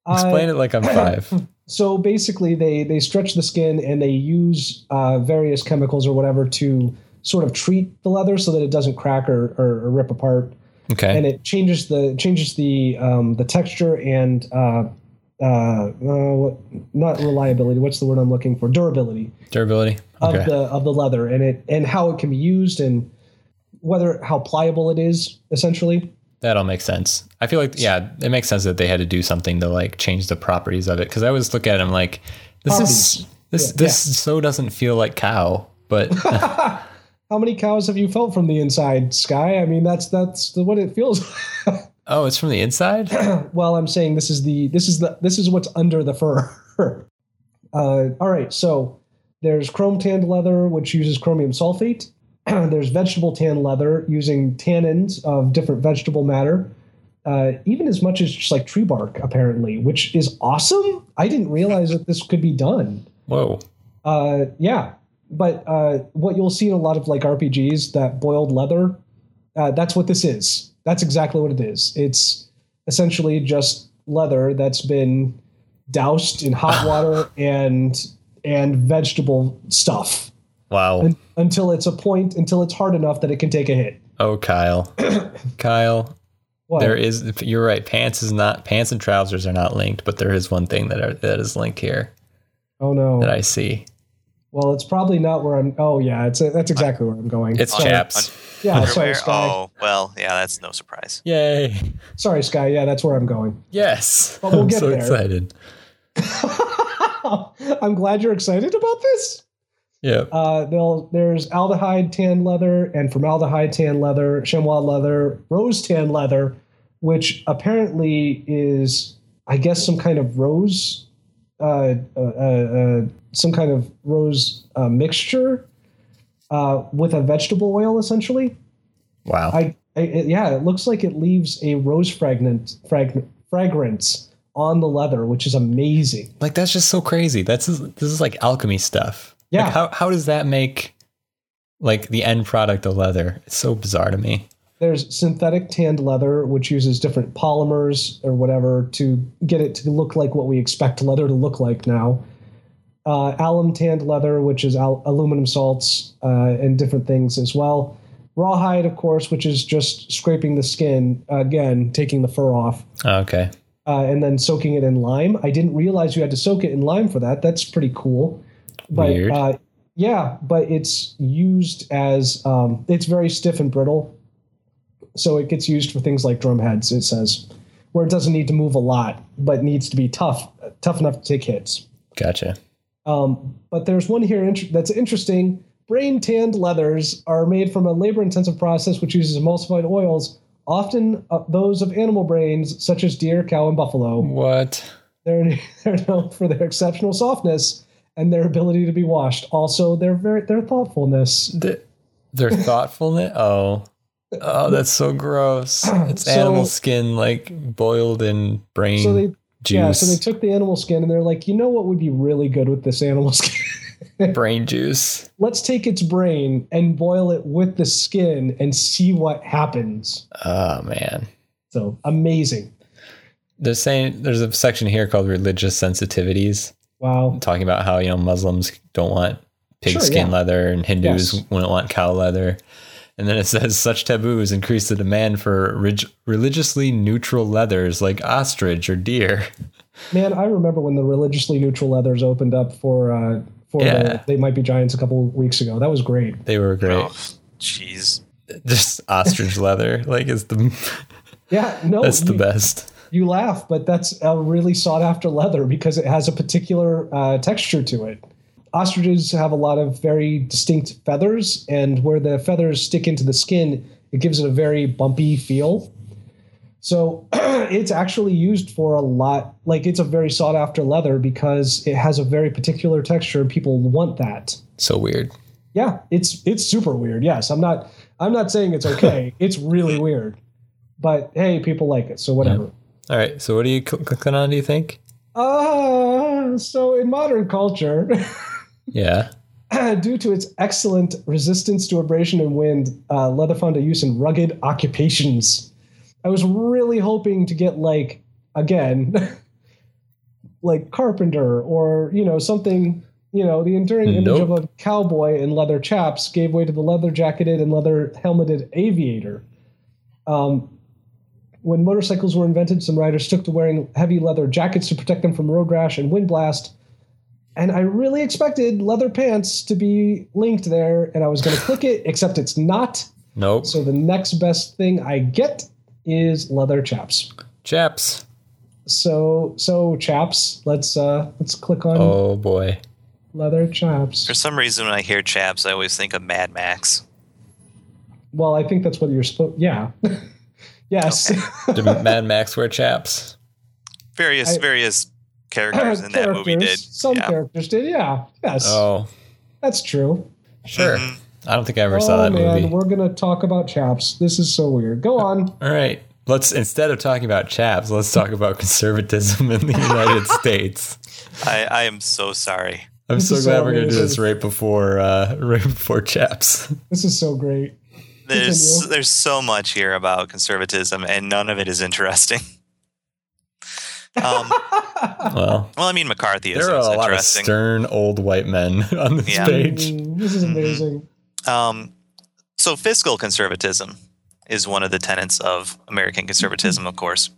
Speaker 2: Uh,
Speaker 3: Explain it like I'm
Speaker 2: (laughs)
Speaker 3: five.
Speaker 2: so basically they they stretch the skin and they use uh, various chemicals or whatever to sort of treat the leather so that it doesn't crack or, or, or rip apart and
Speaker 3: Okay.
Speaker 2: it changes the changes the um, the texture and uh, uh, uh, what- not reliability what's the word i'm looking for durability
Speaker 3: Durability.
Speaker 2: of
Speaker 3: Okay.
Speaker 2: Um, the of the leather and it and how it can be used and whether how pliable it is essentially
Speaker 3: That'll make sense. I feel like yeah, it makes sense that they had to do something to like change the properties of it because I always look at it I'm like this is this
Speaker 2: Yeah,
Speaker 3: this so doesn't feel like cow,
Speaker 2: (laughs)
Speaker 3: but (laughs)
Speaker 2: how many cows have you felt from the inside sky i mean that's that's what it feels (laughs)
Speaker 3: oh, it's from the
Speaker 2: (clears throat)
Speaker 3: inside?
Speaker 2: well i'm saying this is the this is the this is what's under the fur (laughs) uh, all right so there's chrome tanned leather which uses chromium sulfate (clears throat) there's vegetable tan leather using tannins of different vegetable matter uh, even as much as just like tree bark apparently which is awesome i didn't realize that this could be done
Speaker 3: Whoa.
Speaker 2: uh, yeah but uh, what you'll see in a lot of like rpgs that boiled leather uh, that's what this is that's exactly what it is it's essentially just leather that's been doused
Speaker 3: (laughs)
Speaker 2: in hot water and and vegetable stuff
Speaker 3: Wow.
Speaker 2: un- until it's a point until it's hard enough that it can take a hit
Speaker 3: Oh,
Speaker 2: (clears throat)
Speaker 3: Kyle. Kyle,
Speaker 2: What?
Speaker 3: there is you're right. Pants is not pants and trousers are not linked, but there is one thing that are, that is linked here
Speaker 2: oh no
Speaker 3: that I see.
Speaker 2: well it's probably not where i'm oh yeah it's that's exactly where i'm going
Speaker 3: It's
Speaker 1: Under-
Speaker 3: chaps.
Speaker 2: yeah sorry
Speaker 1: Underwear?
Speaker 2: sky
Speaker 1: Oh, well, yeah, that's no surprise.
Speaker 3: Yay.
Speaker 2: sorry sky yeah that's where i'm going
Speaker 3: Yes.
Speaker 2: But we'll
Speaker 3: I'm
Speaker 2: get
Speaker 3: so
Speaker 2: there.
Speaker 3: excited.
Speaker 2: (laughs) i'm glad you're excited about this
Speaker 3: Yeah.
Speaker 2: Uh, they'll, there's aldehyde tan leather and formaldehyde tan leather, chamois leather, rose tan leather, which apparently is, I guess, some kind of rose, uh, uh, uh, uh, some kind of rose uh, mixture uh, with a vegetable oil, essentially.
Speaker 3: Wow.
Speaker 2: I, I it, yeah, it looks like it leaves a rose fragrant, fragment, fragrance on the leather, which is amazing.
Speaker 3: Like that's just so crazy. That's this is like alchemy stuff. Like,
Speaker 2: Yeah.
Speaker 3: how how does that make like the end product of leather? It's so bizarre to me.
Speaker 2: There's synthetic tanned leather, which uses different polymers or whatever to get it to look like what we expect leather to look like now. Uh, alum tanned leather, which is al- aluminum salts uh, and different things as well. Rawhide, of course, which is just scraping the skin again, taking the fur off.
Speaker 3: Oh, okay.
Speaker 2: uh, and then soaking it in lime. I didn't realize you had to soak it in lime for that. That's pretty cool. But
Speaker 3: Weird.
Speaker 2: Uh, yeah, but it's used as um, it's very stiff and brittle, so it gets used for things like drum heads. It says where it doesn't need to move a lot, but needs to be tough, tough enough to take hits.
Speaker 3: Gotcha.
Speaker 2: Um, but there's one here int- that's interesting. Brain tanned leathers are made from a labor intensive process which uses emulsified oils, often uh, those of animal brains such as deer, cow, and buffalo.
Speaker 3: What?
Speaker 2: They're, (laughs) they're known for their exceptional softness and their ability to be washed. Also, their very their thoughtfulness.
Speaker 3: The,
Speaker 2: (laughs)
Speaker 3: their thoughtfulness? Oh. Oh, that's so gross. It's
Speaker 2: So-
Speaker 3: animal skin like boiled in brain
Speaker 2: So they
Speaker 3: juice.
Speaker 2: yeah, so they took the animal skin and they're like, you know what would be really good with this animal (laughs) skin?
Speaker 3: brain juice.
Speaker 2: Let's take its brain and boil it with the skin and see what happens.
Speaker 3: Oh man.
Speaker 2: So amazing.
Speaker 3: They're saying there's a section here called religious sensitivities,
Speaker 2: Wow.
Speaker 3: talking about how, you know, Muslims don't want pig
Speaker 2: Sure,
Speaker 3: skin
Speaker 2: yeah.
Speaker 3: leather and Hindus
Speaker 2: Yes.
Speaker 3: wouldn't want cow leather. And then it says such taboos increase the demand for rig- religiously neutral leathers like ostrich or deer.
Speaker 2: Man, I remember when the religiously neutral leathers opened up for uh, for
Speaker 3: Yeah.
Speaker 2: the, they might be giants a couple weeks ago. That was great.
Speaker 3: They were great.
Speaker 1: Oh, jeez.
Speaker 3: Just ostrich leather, like it's
Speaker 2: (laughs)
Speaker 3: the
Speaker 2: Oh, Yeah, no,
Speaker 3: that's the
Speaker 2: you,
Speaker 3: best.
Speaker 2: you laugh, but that's a really sought after leather because it has a particular uh, texture to it. Ostriches have a lot of very distinct feathers, and where the feathers stick into the skin, it gives it a very bumpy feel. So (clears throat) it's actually used for a lot. Like it's a very sought after leather because it has a very particular texture. People want that.
Speaker 3: So weird.
Speaker 2: yeah it's it's super weird yes i'm not i'm not saying it's okay it's really weird but hey people like it so whatever
Speaker 3: All right, so what are you cl- clicking on? Do you think?
Speaker 2: uh, so in modern culture (laughs)
Speaker 3: Yeah,
Speaker 2: due to its excellent resistance to abrasion and wind uh, leather found a use in rugged occupations i was really hoping to get like again (laughs) like carpenter or you know something you know the enduring image of a cowboy in leather chaps gave way to the leather jacketed and leather helmeted aviator um, when motorcycles were invented some riders took to wearing heavy leather jackets to protect them from road rash and wind blast and i really expected leather pants to be linked there and i was going to click it except it's not
Speaker 3: nope.
Speaker 2: so the next best thing i get is leather chaps
Speaker 3: Chaps.
Speaker 2: so so chaps let's uh let's click on
Speaker 3: Oh boy.
Speaker 2: leather chaps
Speaker 1: For some reason, when I hear chaps, I always think of Mad Max.
Speaker 2: well i think that's what you're supposed yeah (laughs) yes
Speaker 3: Did Mad Max wear chaps?
Speaker 1: Various
Speaker 2: I-
Speaker 1: various characters in that movie did.
Speaker 2: Characters, some
Speaker 1: yeah.
Speaker 2: characters did yeah yes
Speaker 3: Oh,
Speaker 2: that's true
Speaker 3: sure.
Speaker 1: Mhm.
Speaker 3: I don't think I ever
Speaker 2: oh
Speaker 3: saw that
Speaker 2: man
Speaker 3: movie.
Speaker 2: we're gonna talk about chaps this is so weird go on
Speaker 3: All right, let's instead of talking about chaps, let's talk about (laughs) conservatism in the
Speaker 2: (laughs)
Speaker 3: United States.
Speaker 1: I, I am so sorry.
Speaker 3: I'm
Speaker 2: This
Speaker 3: so
Speaker 2: is
Speaker 3: glad
Speaker 2: so
Speaker 3: we're gonna do this
Speaker 2: amazing.
Speaker 3: right before uh, right before chaps.
Speaker 2: this is so
Speaker 3: (laughs)
Speaker 2: great
Speaker 1: There's
Speaker 2: Continue.
Speaker 1: there's so much here about conservatism, and none of it is
Speaker 2: (laughs)
Speaker 1: interesting. Um,
Speaker 3: Well.
Speaker 1: well, I mean, McCarthyism
Speaker 3: There are
Speaker 1: is
Speaker 3: a lot of
Speaker 1: interesting.
Speaker 3: stern old white men (laughs) on this
Speaker 1: Yeah.
Speaker 3: page.
Speaker 2: Mm, (laughs) this is
Speaker 1: Mhm.
Speaker 2: amazing
Speaker 1: Um, so, fiscal conservatism is one of the tenets of American conservatism, of course.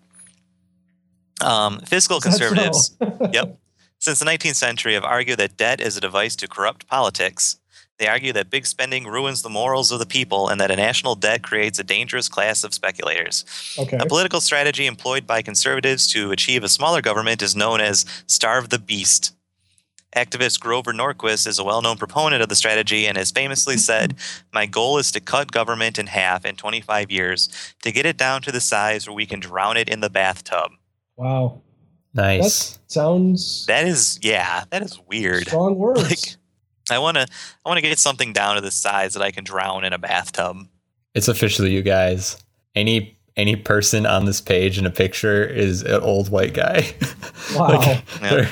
Speaker 1: Um, fiscal
Speaker 2: That's so.
Speaker 1: conservatives yep. Since the 19th century, have argued that debt is a device to corrupt politics. They argue that big spending ruins the morals of the people and that a national debt creates a dangerous class of speculators.
Speaker 2: (laughs) okay
Speaker 1: A political strategy employed by conservatives to achieve a smaller government is known as starve the beast. Activist Grover Norquist is a well known proponent of the strategy and has famously said, My goal is to cut government in half in 25 years to get it down to the size where we can drown it in the bathtub.
Speaker 2: wow
Speaker 3: Nice.
Speaker 2: that sounds
Speaker 1: That is, yeah, that is weird.
Speaker 2: strong words
Speaker 1: (laughs) Like- I want to I want to get something down to the size that I can drown in a bathtub.
Speaker 3: It's officially you guys. Any any person on this page in a picture is an old white guy. (laughs)
Speaker 2: Wow.
Speaker 1: Yeah.
Speaker 3: they're-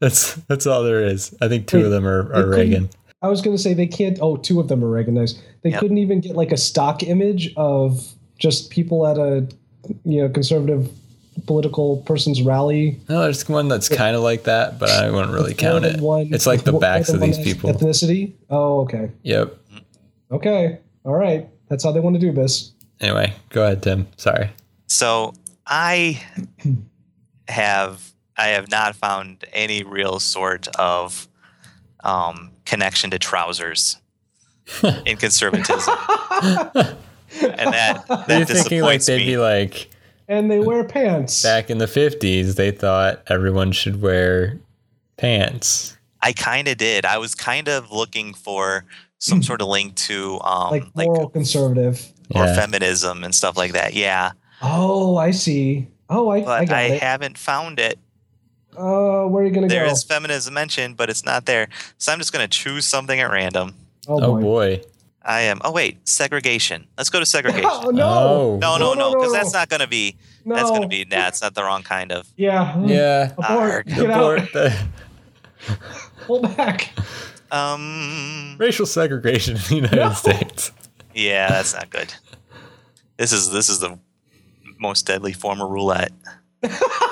Speaker 3: That's that's all there is. I think two
Speaker 2: Wait,
Speaker 3: of them are,
Speaker 2: they
Speaker 3: are Reagan.
Speaker 2: I was going to say they can't. Oh, two of them are recognized. They
Speaker 1: Yep.
Speaker 2: couldn't even get like a stock image of just people at a you know conservative political person's rally.
Speaker 3: No, there's one that's kind of like that, but I wouldn't really
Speaker 2: More
Speaker 3: count
Speaker 2: than
Speaker 3: it.
Speaker 2: one-
Speaker 3: It's like the
Speaker 2: more
Speaker 3: backs
Speaker 2: than
Speaker 3: of
Speaker 2: one
Speaker 3: these people.
Speaker 2: Ethnicity. Oh, okay,
Speaker 3: Yep.
Speaker 2: okay, all right. That's how they want to do this.
Speaker 3: (clears throat) Anyway, go ahead, Tim. Sorry.
Speaker 1: So I have I have not found any real sort of um, connection to
Speaker 3: (laughs)
Speaker 1: trousers in conservatism, and
Speaker 3: (laughs)
Speaker 1: that
Speaker 3: You're
Speaker 1: that
Speaker 3: thinking like
Speaker 1: disappoints
Speaker 3: they'd
Speaker 1: me.
Speaker 3: be like
Speaker 2: and they wear pants.
Speaker 3: back in the 50s they thought everyone should wear pants.
Speaker 1: I kind of did. I was kind of looking for some sort of link to um,
Speaker 2: like
Speaker 1: like,
Speaker 2: moral conservative.
Speaker 1: or
Speaker 3: Mm. Yeah.
Speaker 1: feminism and stuff like that. Yeah,
Speaker 2: Oh, I see. Oh, I, I
Speaker 1: but
Speaker 2: got
Speaker 1: I,
Speaker 2: it.
Speaker 1: haven't found it.
Speaker 2: oh, where are you gonna
Speaker 1: There
Speaker 2: go?
Speaker 1: is feminism mentioned, but it's not there. So I'm just going to choose something at random.
Speaker 2: oh,
Speaker 3: Oh
Speaker 2: boy.
Speaker 3: boy.
Speaker 1: I am. Oh wait, segregation. Let's
Speaker 2: (laughs)
Speaker 1: go to segregation.
Speaker 2: Oh no!
Speaker 3: Oh.
Speaker 1: No, no,
Speaker 2: No, no,
Speaker 1: no, because
Speaker 2: no,
Speaker 1: that's
Speaker 2: no.
Speaker 1: not going to be.
Speaker 2: no.
Speaker 1: That's going to be. That's not the wrong kind of.
Speaker 2: Yeah.
Speaker 3: Yeah.
Speaker 2: Abort.
Speaker 1: Arg.
Speaker 2: Get out.
Speaker 3: Abort the
Speaker 2: Pull back.
Speaker 1: Um.
Speaker 3: racial segregation in the United
Speaker 2: No.
Speaker 3: States.
Speaker 1: Yeah, that's not good. This is this is the most deadly form of roulette.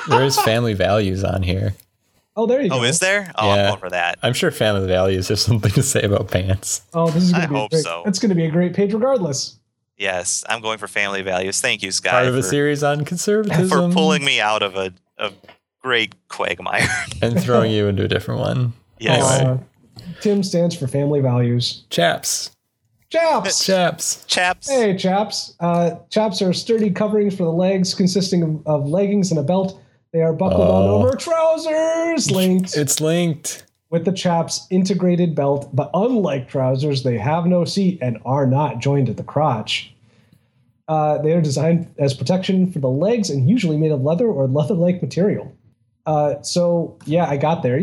Speaker 3: There is family values on here.
Speaker 2: Oh, there you go.
Speaker 1: Oh, is there? Oh,
Speaker 3: Yeah.
Speaker 1: I'm going for that.
Speaker 3: I'm sure family values have something to say about pants.
Speaker 2: Oh, this is gonna
Speaker 1: I
Speaker 2: be a
Speaker 1: hope
Speaker 2: great,
Speaker 1: so.
Speaker 2: That's gonna be a great page, regardless.
Speaker 1: Yes, I'm going for family values. Thank you, Scott,
Speaker 3: Part of a
Speaker 1: for,
Speaker 3: series on
Speaker 1: for
Speaker 3: conservatism
Speaker 1: pulling me out of a, a great quagmire. (laughs)
Speaker 3: and throwing you into a different one.
Speaker 1: yes.
Speaker 3: Anyway.
Speaker 2: Uh, Tim stands for family values.
Speaker 3: Chaps.
Speaker 1: (laughs)
Speaker 2: Chaps.
Speaker 3: Chaps.
Speaker 1: Chaps,
Speaker 2: Hey, chaps. Uh, chaps are sturdy coverings for the legs consisting of, of leggings and a belt. They are buckled on
Speaker 3: Oh.
Speaker 2: over trousers linked
Speaker 3: It's linked.
Speaker 2: with the chaps integrated belt, but unlike trousers, they have no seat and are not joined at the crotch. Uh, they are designed as protection for the legs and usually made of leather or leather like material. Uh, so, yeah, I got there.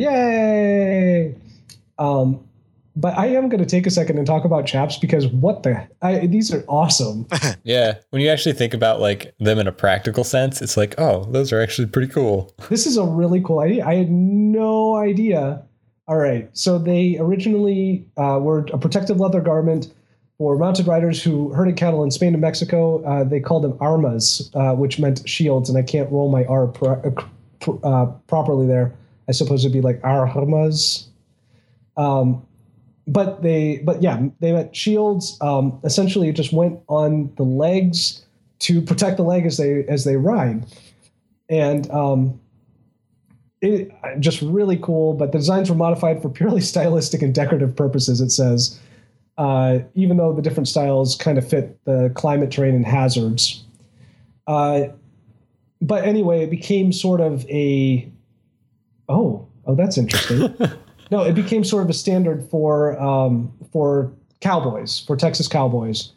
Speaker 2: Yay! Um, but I am going to take a second and talk about chaps because what the? I, these are awesome.
Speaker 3: Yeah. When you actually think about like them in a practical sense, it's like, oh, those are actually pretty cool.
Speaker 2: this is a really cool idea. I had no idea. All right, so they originally uh, were a protective leather garment for mounted riders who herded cattle in Spain and Mexico. Uh, they called them armas, uh, which meant shields, and I can't roll my R pro- uh, pr- uh, properly there. I suppose it'd be like armas. Um, but they, but yeah, they meant shields. Um, essentially, it just went on the legs to protect the leg as they as they ride and um, it uh, just really cool. But the designs were modified for purely (laughs) stylistic and decorative purposes. It says, uh, even though the different styles kind of fit the climate, terrain, and hazards. Uh, but anyway, it became sort of a oh oh that's interesting. no, it became sort of a standard for um, for cowboys for Texas cowboys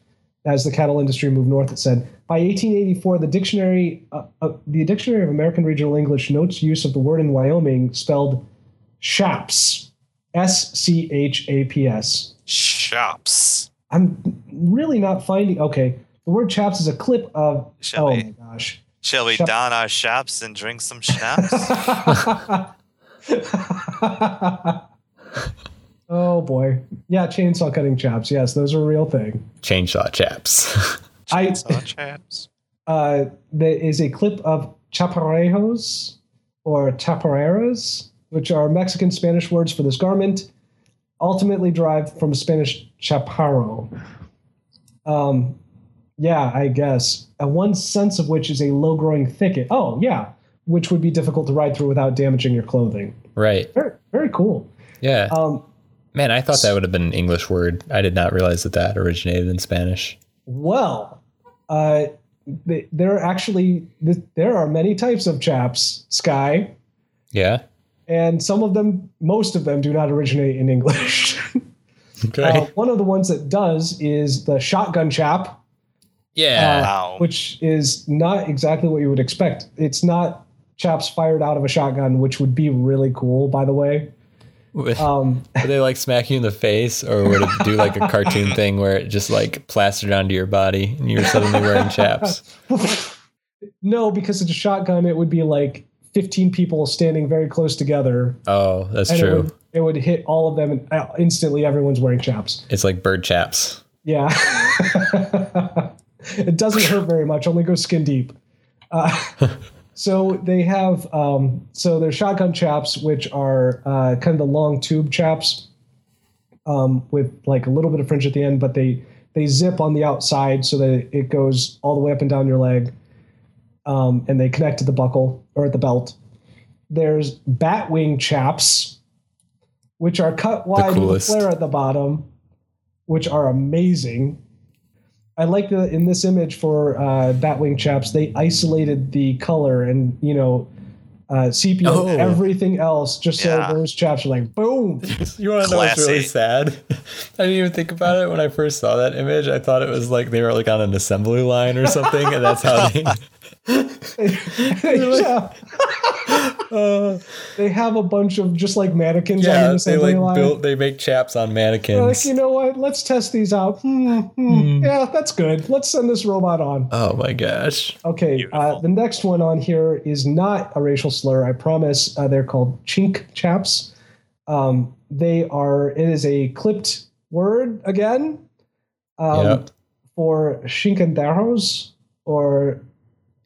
Speaker 2: as the cattle industry moved north, it said by 1884, the dictionary, uh, uh, the Dictionary of American Regional English notes use of the word in Wyoming spelled shaps, S C H A P S.
Speaker 1: shops.
Speaker 2: I'm really not finding. Okay, the word chaps is a clip of.
Speaker 1: Shall
Speaker 2: oh
Speaker 1: we?
Speaker 2: my gosh.
Speaker 1: Shall we
Speaker 2: Shop-
Speaker 1: don our shops and drink some
Speaker 2: (laughs)
Speaker 1: schnapps?
Speaker 2: oh boy, yeah, chainsaw cutting chaps. Yes, those are a real thing.
Speaker 3: Chainsaw chaps.
Speaker 2: I-
Speaker 1: Chainsaw chaps.
Speaker 2: uh, there is a clip of chaparejos or chapareras, which are Mexican Spanish words for this garment, ultimately derived from Spanish chaparro. Um, yeah, I guess. Uh, one sense of which is a low growing thicket. Oh, yeah, which would be difficult to ride through without damaging your clothing.
Speaker 3: (laughs) right.
Speaker 2: Very, very cool.
Speaker 3: Yeah.
Speaker 2: Um,
Speaker 3: Man, I thought that would have been an English word. I did not realize that that originated in Spanish.
Speaker 2: Well, uh, th- there are actually th- there are many types of chaps, Sky,
Speaker 3: Yeah.
Speaker 2: and some of them, most of them, do not originate in English. (laughs)
Speaker 3: Okay.
Speaker 2: Uh, one of the ones that does is the shotgun chap,
Speaker 3: yeah.
Speaker 1: Wow.
Speaker 2: which is not exactly what you would expect. It's not chaps fired out of a shotgun, which would be really cool, by the way.
Speaker 3: Would
Speaker 2: Um,
Speaker 3: would they like smack you in the face or would it do like a cartoon thing where it just like plastered onto your body and you're suddenly wearing chaps?
Speaker 2: no, because it's a shotgun, it would be like 15 people standing very close together.
Speaker 3: Oh, that's
Speaker 2: and It
Speaker 3: true.
Speaker 2: would, it would hit all of them, and uh, instantly everyone's wearing chaps.
Speaker 3: It's like bird chaps.
Speaker 2: Yeah. (laughs) it doesn't hurt very much, only goes skin deep. Uh, (laughs) so they have, um, so they're shotgun chaps, which are uh, kind of the long tube chaps um, with like a little bit of fringe at the end, but they, they zip on the outside so that it goes all the way up and down your leg. Um, and they connect to the buckle or at the belt. There's bat wing chaps, which are cut wide with a
Speaker 3: coolest.
Speaker 2: flare at the bottom, which are amazing. I like the in this image for uh, Batwing chaps. They isolated the color and you know uh, sepia
Speaker 3: Oh.
Speaker 2: everything else just
Speaker 1: Yeah.
Speaker 2: so those chaps are
Speaker 3: (laughs)
Speaker 2: like boom. (laughs)
Speaker 3: You want to know what's really
Speaker 1: Classy.
Speaker 3: sad? (laughs) I didn't even think about it when I first saw that image. I thought it was like they were like on an assembly line or something, and that's how (laughs) they.
Speaker 2: yeah,
Speaker 3: Uh,
Speaker 2: they have a bunch of just like mannequins on
Speaker 3: yeah,
Speaker 2: the
Speaker 3: they
Speaker 2: assembly
Speaker 3: like
Speaker 2: line.
Speaker 3: built. They make chaps on
Speaker 2: They're like
Speaker 3: mannequins.
Speaker 2: you know what? Let's test these out. Hmm, hmm, Yeah, that's good. Let's send this robot on.
Speaker 3: Oh my gosh!
Speaker 2: Okay, uh,
Speaker 1: Beautiful.
Speaker 2: the next one on here is not a racial slur. I promise. Uh, they're called chink chaps. Um, they are. It is a clipped word again um,
Speaker 3: Yep.
Speaker 2: for shinkandaros or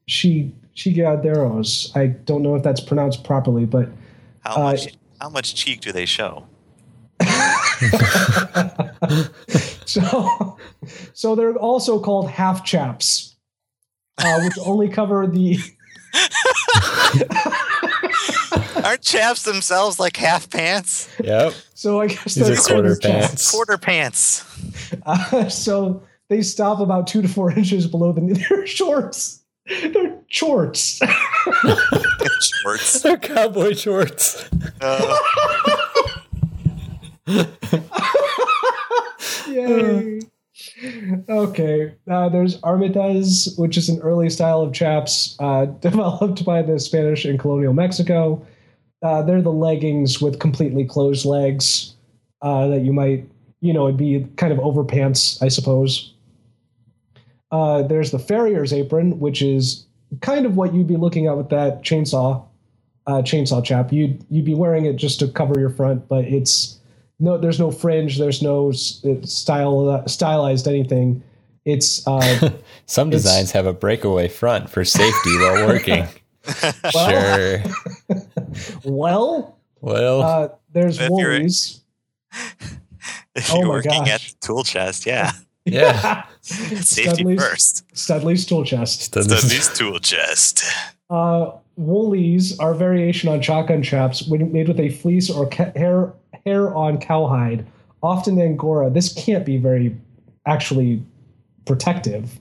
Speaker 2: shi shigaderos. I don't know if that's pronounced properly, but (laughs)
Speaker 1: How
Speaker 2: Uh,
Speaker 1: much how much cheek do they show?
Speaker 2: so so they're also called half chaps, uh, which only cover the.
Speaker 1: Aren't chaps themselves like half pants?
Speaker 3: Yep,
Speaker 2: So I guess
Speaker 3: these
Speaker 2: they're
Speaker 3: are quarter
Speaker 2: called chaps.
Speaker 3: pants.
Speaker 1: Quarter pants. (laughs)
Speaker 2: Uh, (laughs) so they stop about two to four (laughs) inches below the knee. They're shorts. They're shorts.
Speaker 1: Shorts.
Speaker 3: (laughs) They're cowboy shorts.
Speaker 2: (laughs)
Speaker 1: Uh,
Speaker 2: Yay. Okay. Uh, there's armitas, which is an early style of chaps uh, (laughs) developed by the Spanish in colonial Mexico. Uh, they're the leggings with completely closed legs uh, that you might, you know, it'd be kind of overpants, I suppose. Uh, there's the farrier's apron, which is kind of what you'd be looking at with that chainsaw, uh, chainsaw chap. You'd you'd be wearing it just to cover your front, but it's no, there's no fringe, there's no s- it's style stylized anything.
Speaker 3: (laughs)
Speaker 2: It's uh,
Speaker 3: Some
Speaker 2: It's-
Speaker 3: designs have a breakaway front for safety while (laughs) working. sure.
Speaker 2: well,
Speaker 3: Well,
Speaker 2: uh, there's
Speaker 1: If you're-
Speaker 2: Woolies. (laughs)
Speaker 1: if
Speaker 2: Oh
Speaker 1: you're
Speaker 2: my
Speaker 1: working at
Speaker 2: gosh.
Speaker 1: the tool chest,
Speaker 2: (laughs)
Speaker 1: yeah.
Speaker 3: yeah.
Speaker 1: Safety
Speaker 2: Studley's,
Speaker 1: first.
Speaker 2: Studley's tool chest.
Speaker 3: Just doesn't-
Speaker 1: Studley's tool chest.
Speaker 2: Uh, Woolies are a variation on shotgun chaps when made with a fleece or ca- hair hair on cowhide, often angora. This can't be very actually protective.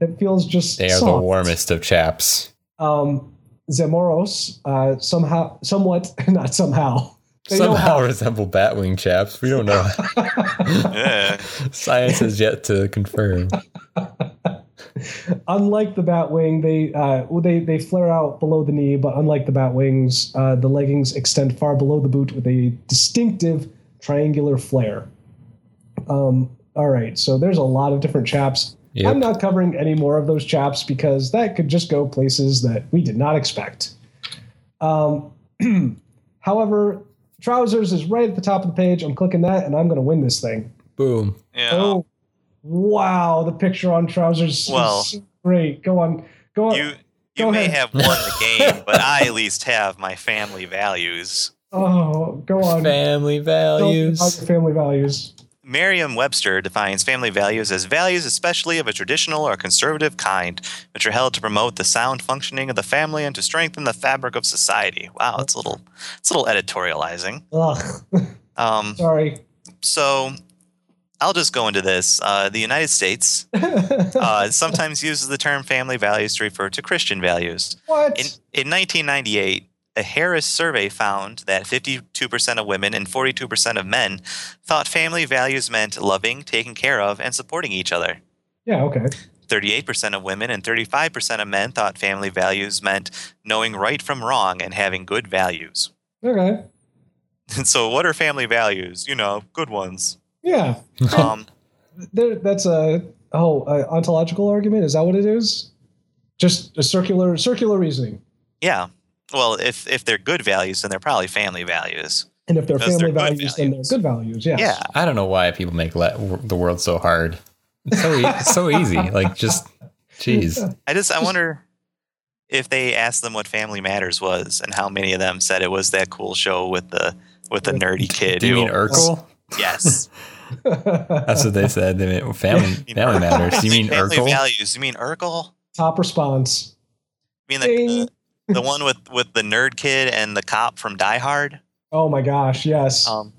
Speaker 2: It feels
Speaker 3: (laughs)
Speaker 2: just
Speaker 3: they are the
Speaker 2: soft.
Speaker 3: warmest of chaps.
Speaker 2: Um, Zamoros uh, somehow, somewhat, (laughs) not somehow. They know
Speaker 3: Somehow
Speaker 2: how.
Speaker 3: resemble batwing chaps. We don't know. (laughs)
Speaker 1: Yeah.
Speaker 3: Science has yet to confirm.
Speaker 2: unlike the Batwing, they uh, well, they they flare out below the knee, but unlike the Batwings, uh, the leggings extend far below the boot with a distinctive triangular flare. Um, all right, so there's a lot of different chaps.
Speaker 3: Yep.
Speaker 2: I'm not covering any more of those chaps because that could just go places that we did not expect. Um, (clears throat) however, trousers is right at the top of the page. I'm clicking that, and I'm going to win this thing.
Speaker 3: Boom.
Speaker 1: Yeah.
Speaker 2: Oh, wow! The picture on trousers
Speaker 1: Well-
Speaker 2: is great. Go on, go on.
Speaker 1: you
Speaker 2: Go
Speaker 1: you may
Speaker 2: ahead.
Speaker 1: have won the game,
Speaker 2: (laughs)
Speaker 1: but I at least have my family values.
Speaker 2: oh, go on.
Speaker 3: Family
Speaker 2: Tell us about
Speaker 3: values.
Speaker 2: your family values.
Speaker 1: Merriam Webster defines family values as values, especially of a traditional or conservative kind, which are held to promote the sound functioning of the family and to strengthen the fabric of society. Wow, it's a little, it's a little editorializing.
Speaker 2: Ugh,
Speaker 1: Um,
Speaker 2: sorry.
Speaker 1: so I'll just go into this. Uh, the United States uh, sometimes uses the term family values to refer to Christian values.
Speaker 2: what?
Speaker 1: In, in 1998, a Harris survey found that 52% of women and 42% of men thought family values meant loving, taking care of, and supporting each other.
Speaker 2: yeah, okay.
Speaker 1: 38% of women and 35% of men thought family values meant knowing right from wrong and having good values. (laughs)
Speaker 2: Okay.
Speaker 1: And so, what are family values? You know, good ones.
Speaker 2: Yeah.
Speaker 1: Um,
Speaker 2: There, that's a oh, a ontological argument. Is that what it is? Just a circular circular reasoning.
Speaker 1: yeah. Well, if, if they're good values, then they're probably family values.
Speaker 2: And if they're
Speaker 1: Because
Speaker 2: family
Speaker 1: they're good
Speaker 2: values, then they're
Speaker 1: values.
Speaker 2: good values. Yes.
Speaker 1: Yeah.
Speaker 3: I don't know why people make le- the world so hard. It's so, e- it's so
Speaker 2: (laughs)
Speaker 3: easy. Like, just, jeez.
Speaker 1: I just, I wonder if they asked them what Family Matters was and how many of them said it was that cool show with the with the nerdy kid.
Speaker 3: Do you mean
Speaker 1: who-
Speaker 3: Urkel?
Speaker 1: Yes.
Speaker 2: (laughs)
Speaker 3: That's what they said. They meant family,
Speaker 1: (laughs) You know,
Speaker 3: family matters. You mean
Speaker 1: family
Speaker 3: Urkel?
Speaker 1: values. You mean Urkel?
Speaker 2: Top response.
Speaker 1: You mean
Speaker 2: Ding.
Speaker 1: the, the one with with the nerd kid and the cop from Die Hard.
Speaker 2: Oh my gosh, yes.
Speaker 1: Um,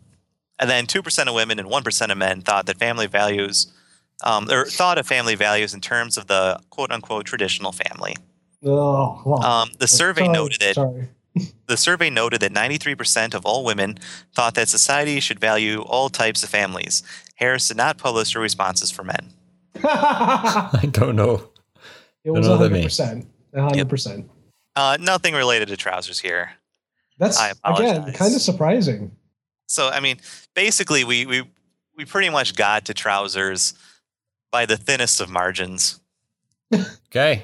Speaker 1: and then two percent of women and one percent of men thought that family values, um, or thought of family values in terms of the quote unquote traditional family.
Speaker 2: oh, wow.
Speaker 1: Um, the survey
Speaker 2: Sorry,
Speaker 1: noted that
Speaker 2: Sorry.
Speaker 1: the survey noted that 93% of all women thought that society should value all types of families. Harris did not publish her responses for men.
Speaker 3: (laughs) I don't know.
Speaker 2: it was
Speaker 3: know what that
Speaker 2: 100%. 100%.
Speaker 1: Uh, nothing related to trousers here.
Speaker 2: That's,
Speaker 1: I
Speaker 2: again,
Speaker 1: apologize.
Speaker 2: kind of surprising.
Speaker 1: So I mean, basically, we we we pretty much got to trousers by the thinnest of margins.
Speaker 3: Okay.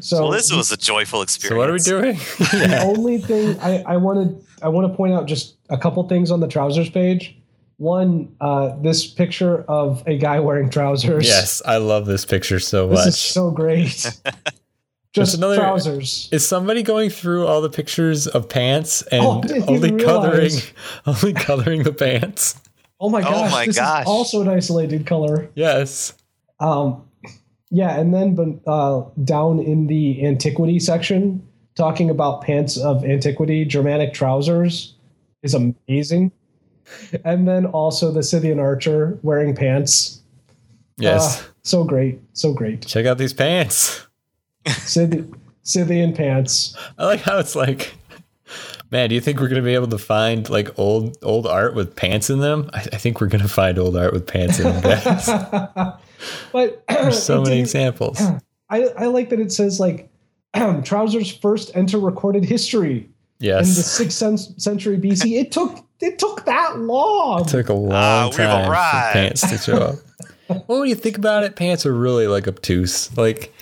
Speaker 2: So
Speaker 1: well, this was a joyful experience.
Speaker 3: So what are we doing? (laughs)
Speaker 2: the only thing I, I wanted I want to point out just a couple things on the trousers page. One, uh, this picture of a guy wearing trousers.
Speaker 3: yes, I love this picture so
Speaker 2: this
Speaker 3: much.
Speaker 2: is
Speaker 1: (laughs)
Speaker 2: so great. just
Speaker 3: another-
Speaker 2: trousers.
Speaker 3: Is somebody going through all the pictures of pants and
Speaker 2: Oh, I didn't
Speaker 3: only
Speaker 2: even
Speaker 3: coloring (laughs)
Speaker 2: realize.
Speaker 3: only coloring the pants?
Speaker 2: Oh my
Speaker 1: Oh
Speaker 2: gosh!
Speaker 1: my
Speaker 2: this
Speaker 1: gosh.
Speaker 2: is also an isolated color.
Speaker 3: Yes.
Speaker 2: Um, yeah, and then but uh, down in the antiquity section, talking about pants of antiquity, Germanic trousers is amazing. And then also the Scythian archer wearing pants.
Speaker 3: Yes.
Speaker 2: Ah, so great, so great.
Speaker 3: Check out these pants.
Speaker 2: Scyth- Scythian pants.
Speaker 3: I like how it's like Man, do you think we're gonna be able to find like old old art with pants in them? I, I think we're gonna find old art with pants in them. guys.
Speaker 2: (laughs) But (clears throat)
Speaker 3: There's so
Speaker 2: it
Speaker 3: many
Speaker 2: didn't-
Speaker 3: examples.
Speaker 2: I, I like that it says like (clears throat) trousers first enter recorded history in the
Speaker 3: Yes.
Speaker 2: sixth cen- century BC. It took it took that long.
Speaker 3: It took a long
Speaker 1: Ah, we've
Speaker 3: time for
Speaker 1: arrived.
Speaker 3: pants to show up. (laughs) well, when you think about it, pants are really like obtuse. Like,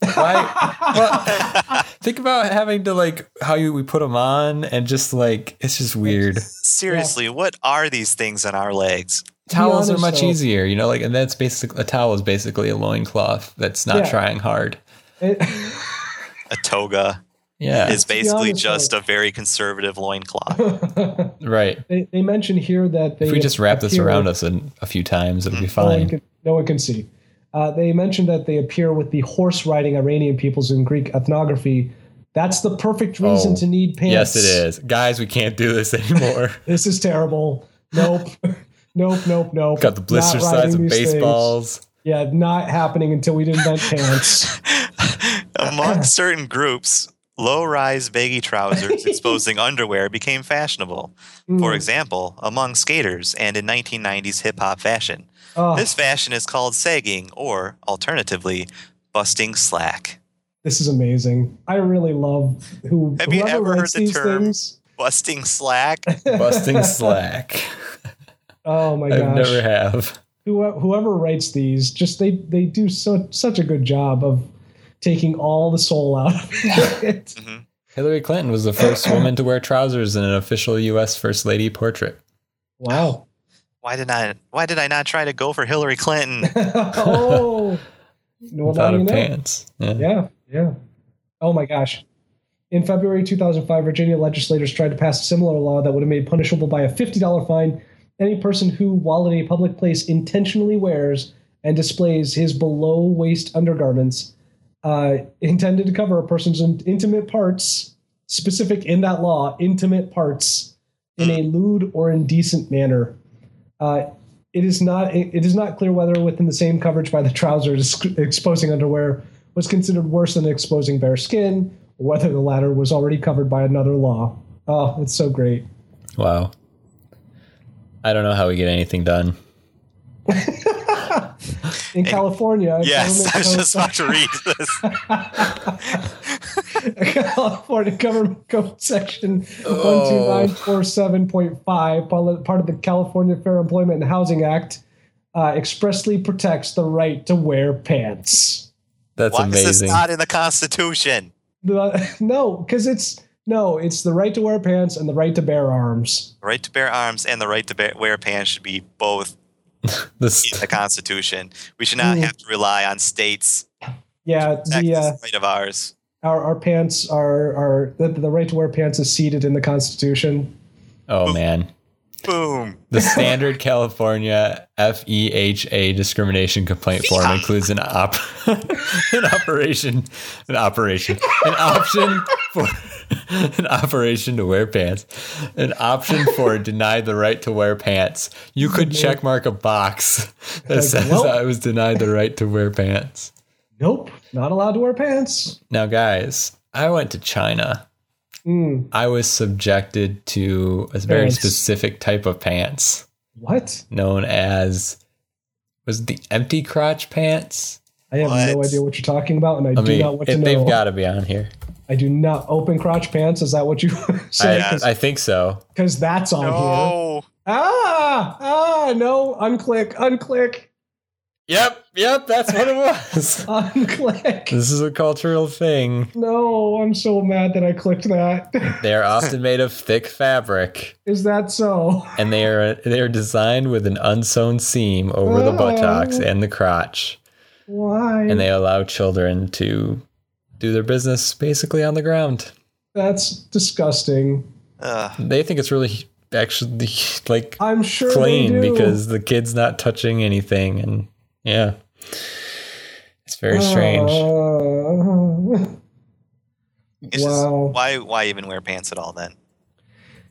Speaker 3: why? (laughs) well, think about having to like how you we put them on and just like it's just weird.
Speaker 1: Seriously, what are these things on our legs?
Speaker 3: Towels are
Speaker 2: honest,
Speaker 3: much
Speaker 2: though-
Speaker 3: easier, you know. Like, and that's basically a towel is basically a loincloth that's not
Speaker 2: Yeah.
Speaker 3: trying hard.
Speaker 2: It-
Speaker 1: A toga
Speaker 3: Yeah,
Speaker 1: is basically
Speaker 2: honest,
Speaker 1: just
Speaker 2: though-
Speaker 1: a very conservative loincloth.
Speaker 3: right.
Speaker 2: they, they mention here that they
Speaker 3: If we just wrap this
Speaker 2: appear-
Speaker 3: around us in a few times, it'll be
Speaker 2: No one
Speaker 3: fine.
Speaker 2: can, no one can see. Uh, they mentioned that they appear with the horse riding Iranian peoples in Greek ethnography. That's the perfect reason
Speaker 3: Oh,
Speaker 2: to need pants.
Speaker 3: Yes, it is, guys. We can't do this (laughs) anymore.
Speaker 2: This is terrible. Nope. (laughs) nope, nope, nope.
Speaker 3: Got the blister
Speaker 2: Not riding
Speaker 3: size of
Speaker 2: these things.
Speaker 3: baseballs.
Speaker 2: Yeah, not happening until we invent pants.
Speaker 1: Among certain groups, low-rise baggy trousers exposing underwear became fashionable. (laughs)
Speaker 2: Hmm.
Speaker 1: For example, among skaters and in 1990s hip-hop fashion.
Speaker 2: Oh,
Speaker 1: This fashion is called sagging or, alternatively, busting slack. (laughs)
Speaker 2: this is amazing. I really love who.
Speaker 1: Have you
Speaker 2: whoever
Speaker 1: ever heard
Speaker 2: writes
Speaker 1: the
Speaker 2: these
Speaker 1: term?
Speaker 2: Things.
Speaker 1: Busting slack?
Speaker 3: busting slack.
Speaker 2: (laughs) Oh my
Speaker 3: I've
Speaker 2: gosh!
Speaker 3: never have.
Speaker 2: Who- whoever writes these, just they they do so such a good job of taking all the soul out of
Speaker 3: (laughs)
Speaker 2: it.
Speaker 3: Hillary Clinton was the first woman to wear trousers in an official U.S. First Lady portrait.
Speaker 2: wow.
Speaker 1: Why did I why did I not try to go for Hillary Clinton?
Speaker 2: (laughs) oh. Well, now
Speaker 3: without
Speaker 2: you
Speaker 3: a
Speaker 2: know.
Speaker 3: pants. Yeah.
Speaker 2: Yeah, yeah. Oh my gosh. In February 2005, Virginia legislators tried to pass a similar law that would have made punishable by a $50 fine any person who, while in a public place, intentionally wears and displays his below waist undergarments uh, intended to cover a person's in- intimate parts, specific in that law, intimate parts, in a lewd or indecent manner. Uh, it is not it is not clear whether within the same coverage by the trousers exposing underwear was considered worse than exposing bare skin or whether the latter was already covered by another law oh it's so
Speaker 1: (laughs)
Speaker 2: great
Speaker 3: Wow. I don't know how we get anything done.
Speaker 2: in california
Speaker 1: Yes,
Speaker 2: government
Speaker 1: I was
Speaker 2: code-
Speaker 1: just about to read this.
Speaker 2: (laughs) california government code section 12947.5 part of- part of the california fair employment and housing act uh, expressly protects the right to wear pants
Speaker 3: That's
Speaker 1: Why is this
Speaker 3: amazing.
Speaker 1: not in the Constitution?
Speaker 2: The, (laughs) no, because it's no, it's the right to wear pants and the right to bear arms.
Speaker 1: The right to bear arms and the right to bear, wear pants should be both in
Speaker 3: This,
Speaker 1: the Constitution. We should not have to rely on states.
Speaker 2: Yeah,
Speaker 1: That's
Speaker 2: the uh,
Speaker 1: right of ours.
Speaker 2: our, our pants are are the, the right to wear pants is seated in the Constitution.
Speaker 3: oh man,
Speaker 1: Boom.
Speaker 3: The standard California FEHA discrimination complaint form includes an op (laughs) an operation an operation an option for (laughs) an operation to wear pants an option for denied the right to wear pants. You could check mark a box that says
Speaker 2: well-
Speaker 3: I was denied the right to wear pants.
Speaker 2: Nope, not allowed to wear pants.
Speaker 3: Now guys, I went to China.
Speaker 2: Mm,
Speaker 3: I was subjected to a very
Speaker 2: Pants.
Speaker 3: specific type of pants.
Speaker 2: what?
Speaker 3: known as was it the empty crotch pants.
Speaker 2: I have no
Speaker 1: What?
Speaker 2: idea what you're talking about, and I,
Speaker 3: I
Speaker 2: do
Speaker 3: mean,
Speaker 2: not want to
Speaker 3: it-
Speaker 2: know.
Speaker 3: they've got to be on here.
Speaker 2: I do not open crotch pants. Is that what you (laughs)
Speaker 3: I, uh,
Speaker 2: say?
Speaker 1: Yeah.
Speaker 3: I think so.
Speaker 2: Because that's on here.
Speaker 1: No.
Speaker 2: Ah, ah, no! Unclick, unclick, (laughs)
Speaker 3: Yep, yep, that's what it was. (laughs)
Speaker 2: unclick.
Speaker 3: this is a cultural thing.
Speaker 2: No, I'm so mad that I clicked that. (laughs)
Speaker 3: They are often made of thick fabric,
Speaker 2: Is that so?
Speaker 3: and they are they are designed with an unsewn seam over the buttocks
Speaker 2: Oh.
Speaker 3: and the crotch,
Speaker 2: Why?
Speaker 3: and they allow children to do their business basically on the ground.
Speaker 2: that's disgusting.
Speaker 1: Ugh.
Speaker 3: They think it's really actually (laughs) like
Speaker 2: I'm sure
Speaker 3: clean
Speaker 2: they do.
Speaker 3: because the kid's not touching anything and yeah it's
Speaker 2: Oh.
Speaker 3: very strange
Speaker 2: Uh,
Speaker 1: It's just-
Speaker 2: Wow.
Speaker 1: why why even wear pants at all then?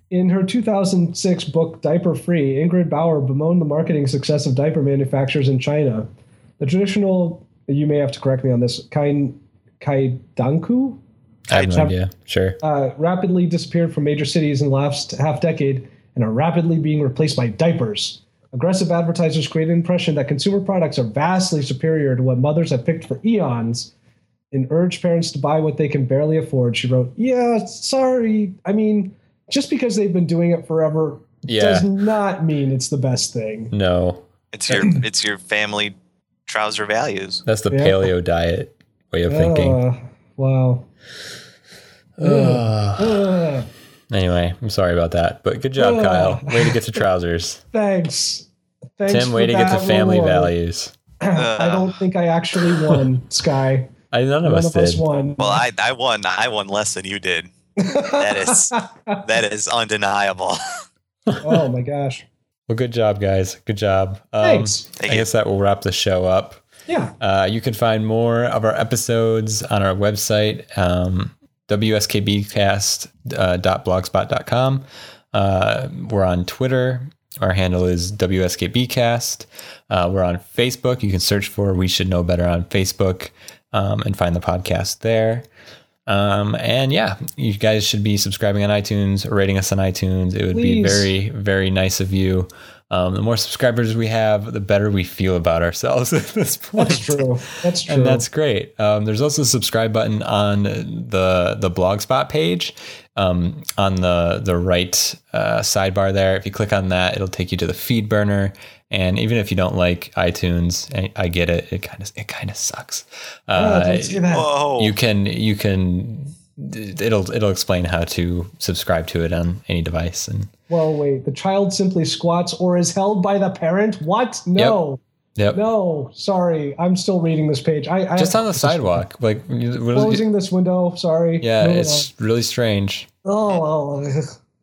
Speaker 2: In her 2006 book Diaper Free, Ingrid Bauer bemoaned the marketing success of diaper manufacturers in China. The traditional, you may have to correct me on this, kain, kaidanku
Speaker 3: i have no
Speaker 2: I-
Speaker 3: idea sure
Speaker 2: uh, rapidly disappeared from major cities in the last half decade and are rapidly being replaced by diapers. Aggressive advertisers create an impression that consumer products are vastly superior to what mothers have picked for eons and urge parents to buy what they can barely afford. She wrote, Yeah, sorry. I mean, just because they've been doing it forever
Speaker 3: yeah
Speaker 2: does not mean it's the best thing.
Speaker 3: no
Speaker 1: It's your
Speaker 2: (clears throat)
Speaker 1: it's your family trouser values.
Speaker 3: that's the
Speaker 2: Yeah.
Speaker 3: paleo diet way of thinking
Speaker 2: Uh,
Speaker 3: (gasps)
Speaker 2: wow.
Speaker 3: Ugh.
Speaker 2: Ugh,
Speaker 3: anyway i'm sorry about that but good job
Speaker 2: Ugh.
Speaker 3: kyle way to get to trousers
Speaker 2: thanks. (laughs) Thanks.
Speaker 3: tim
Speaker 2: for
Speaker 3: way to get to
Speaker 2: that
Speaker 3: family
Speaker 2: reward.
Speaker 3: values
Speaker 2: (clears throat) I don't think I actually
Speaker 3: (laughs)
Speaker 2: won, Sky.
Speaker 3: I, none of
Speaker 2: None
Speaker 3: us
Speaker 2: of us
Speaker 3: did
Speaker 2: won.
Speaker 1: Well, I I won I won less than you did.
Speaker 2: (laughs)
Speaker 1: That is that is undeniable.
Speaker 2: oh my gosh.
Speaker 3: well good job guys good job um,
Speaker 2: Thanks.
Speaker 3: i
Speaker 1: you.
Speaker 3: guess that will wrap the show up
Speaker 2: Yeah.
Speaker 3: Uh, you can find more of our episodes on our website, um, uh, wskbcast.blogspot.com. Uh, we're on Twitter. Our handle is WSKBcast. Uh, we're on Facebook. You can search for We Should Know Better on Facebook um, and find the podcast there. Um, and yeah, you guys should be subscribing on iTunes, rating us on iTunes. It would be
Speaker 2: Please.
Speaker 3: very, very nice of you. Um, the more subscribers we have, the better we feel about ourselves (laughs) at this point.
Speaker 2: That's true. That's true.
Speaker 3: And that's great. Um, there's also a subscribe button on the the blogspot page um, on the the right uh, sidebar there. If you click on that, it'll take you to the feed burner. And even if you don't like iTunes, and I get it. It kind of it kind of sucks.
Speaker 2: Oh,
Speaker 3: Uh,
Speaker 2: don't say that.
Speaker 1: Whoa.
Speaker 3: you can you can it'll it'll explain how to subscribe to it on any device and
Speaker 2: well, wait. The child simply squats or is held by the parent. What? No.
Speaker 3: yep.
Speaker 2: No. Sorry. I'm still reading this page. I, I
Speaker 3: Just on the sidewalk, like
Speaker 2: closing this window. Sorry.
Speaker 3: yeah,
Speaker 2: Moving
Speaker 3: it's really strange.
Speaker 2: on. Oh, well.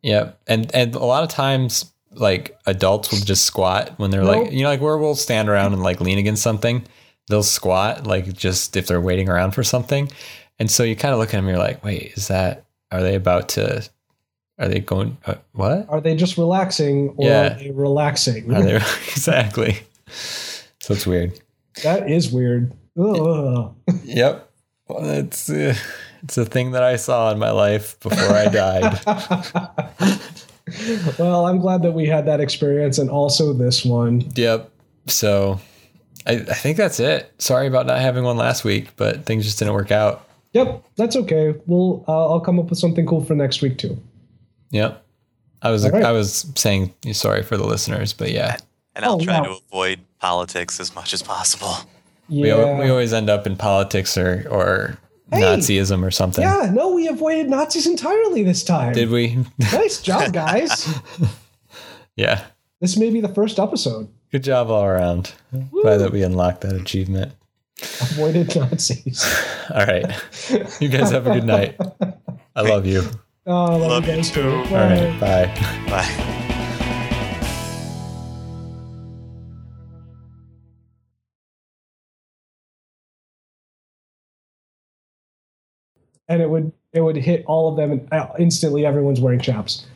Speaker 3: Yeah, and and a lot of times, like adults will just squat when they're
Speaker 2: Nope.
Speaker 3: like, you know, like where we'll stand around and like lean against something. They'll squat like just if they're waiting around for something, and so you kind of look at them. You're like, wait, is that? Are they about to? Are they going? Uh, what?
Speaker 2: Are they just relaxing or
Speaker 3: Yeah.
Speaker 2: are they relaxing?
Speaker 3: Are they (laughs) exactly? So it's weird.
Speaker 2: that is weird. Ugh. (laughs)
Speaker 3: Yep, well, it's uh, it's a thing that I saw in my life before I died.
Speaker 2: well, I'm glad that we had that experience and also this one.
Speaker 3: Yep. So I, I think that's it. Sorry about not having one last week, but things just didn't work out.
Speaker 2: Yep, that's okay. We'll uh, I'll come up with something cool for next week too.
Speaker 3: Yep. I was
Speaker 2: right.
Speaker 3: I was saying sorry for the listeners, but yeah,
Speaker 1: and I'll
Speaker 2: Oh,
Speaker 1: try
Speaker 2: wow.
Speaker 1: to avoid politics as much as possible.
Speaker 3: we,
Speaker 2: Yeah.
Speaker 3: al- we always end up in politics or or Nazism or something.
Speaker 2: Yeah, no, we avoided Nazis entirely this time.
Speaker 3: Did we? (laughs)
Speaker 2: nice job, guys.
Speaker 3: yeah.
Speaker 2: this may be the first episode.
Speaker 3: Good job all around. Glad that we unlocked that achievement.
Speaker 2: Avoided
Speaker 3: (laughs)
Speaker 2: Nazis.
Speaker 3: All
Speaker 2: (laughs)
Speaker 3: right. You guys have a good night. I love you.
Speaker 2: Oh, love,
Speaker 1: Love
Speaker 2: you
Speaker 1: you
Speaker 2: guys.
Speaker 1: too.
Speaker 2: Bye.
Speaker 3: All right. Bye.
Speaker 1: Bye.
Speaker 2: and it would it would hit all of them, and uh, instantly everyone's wearing chaps.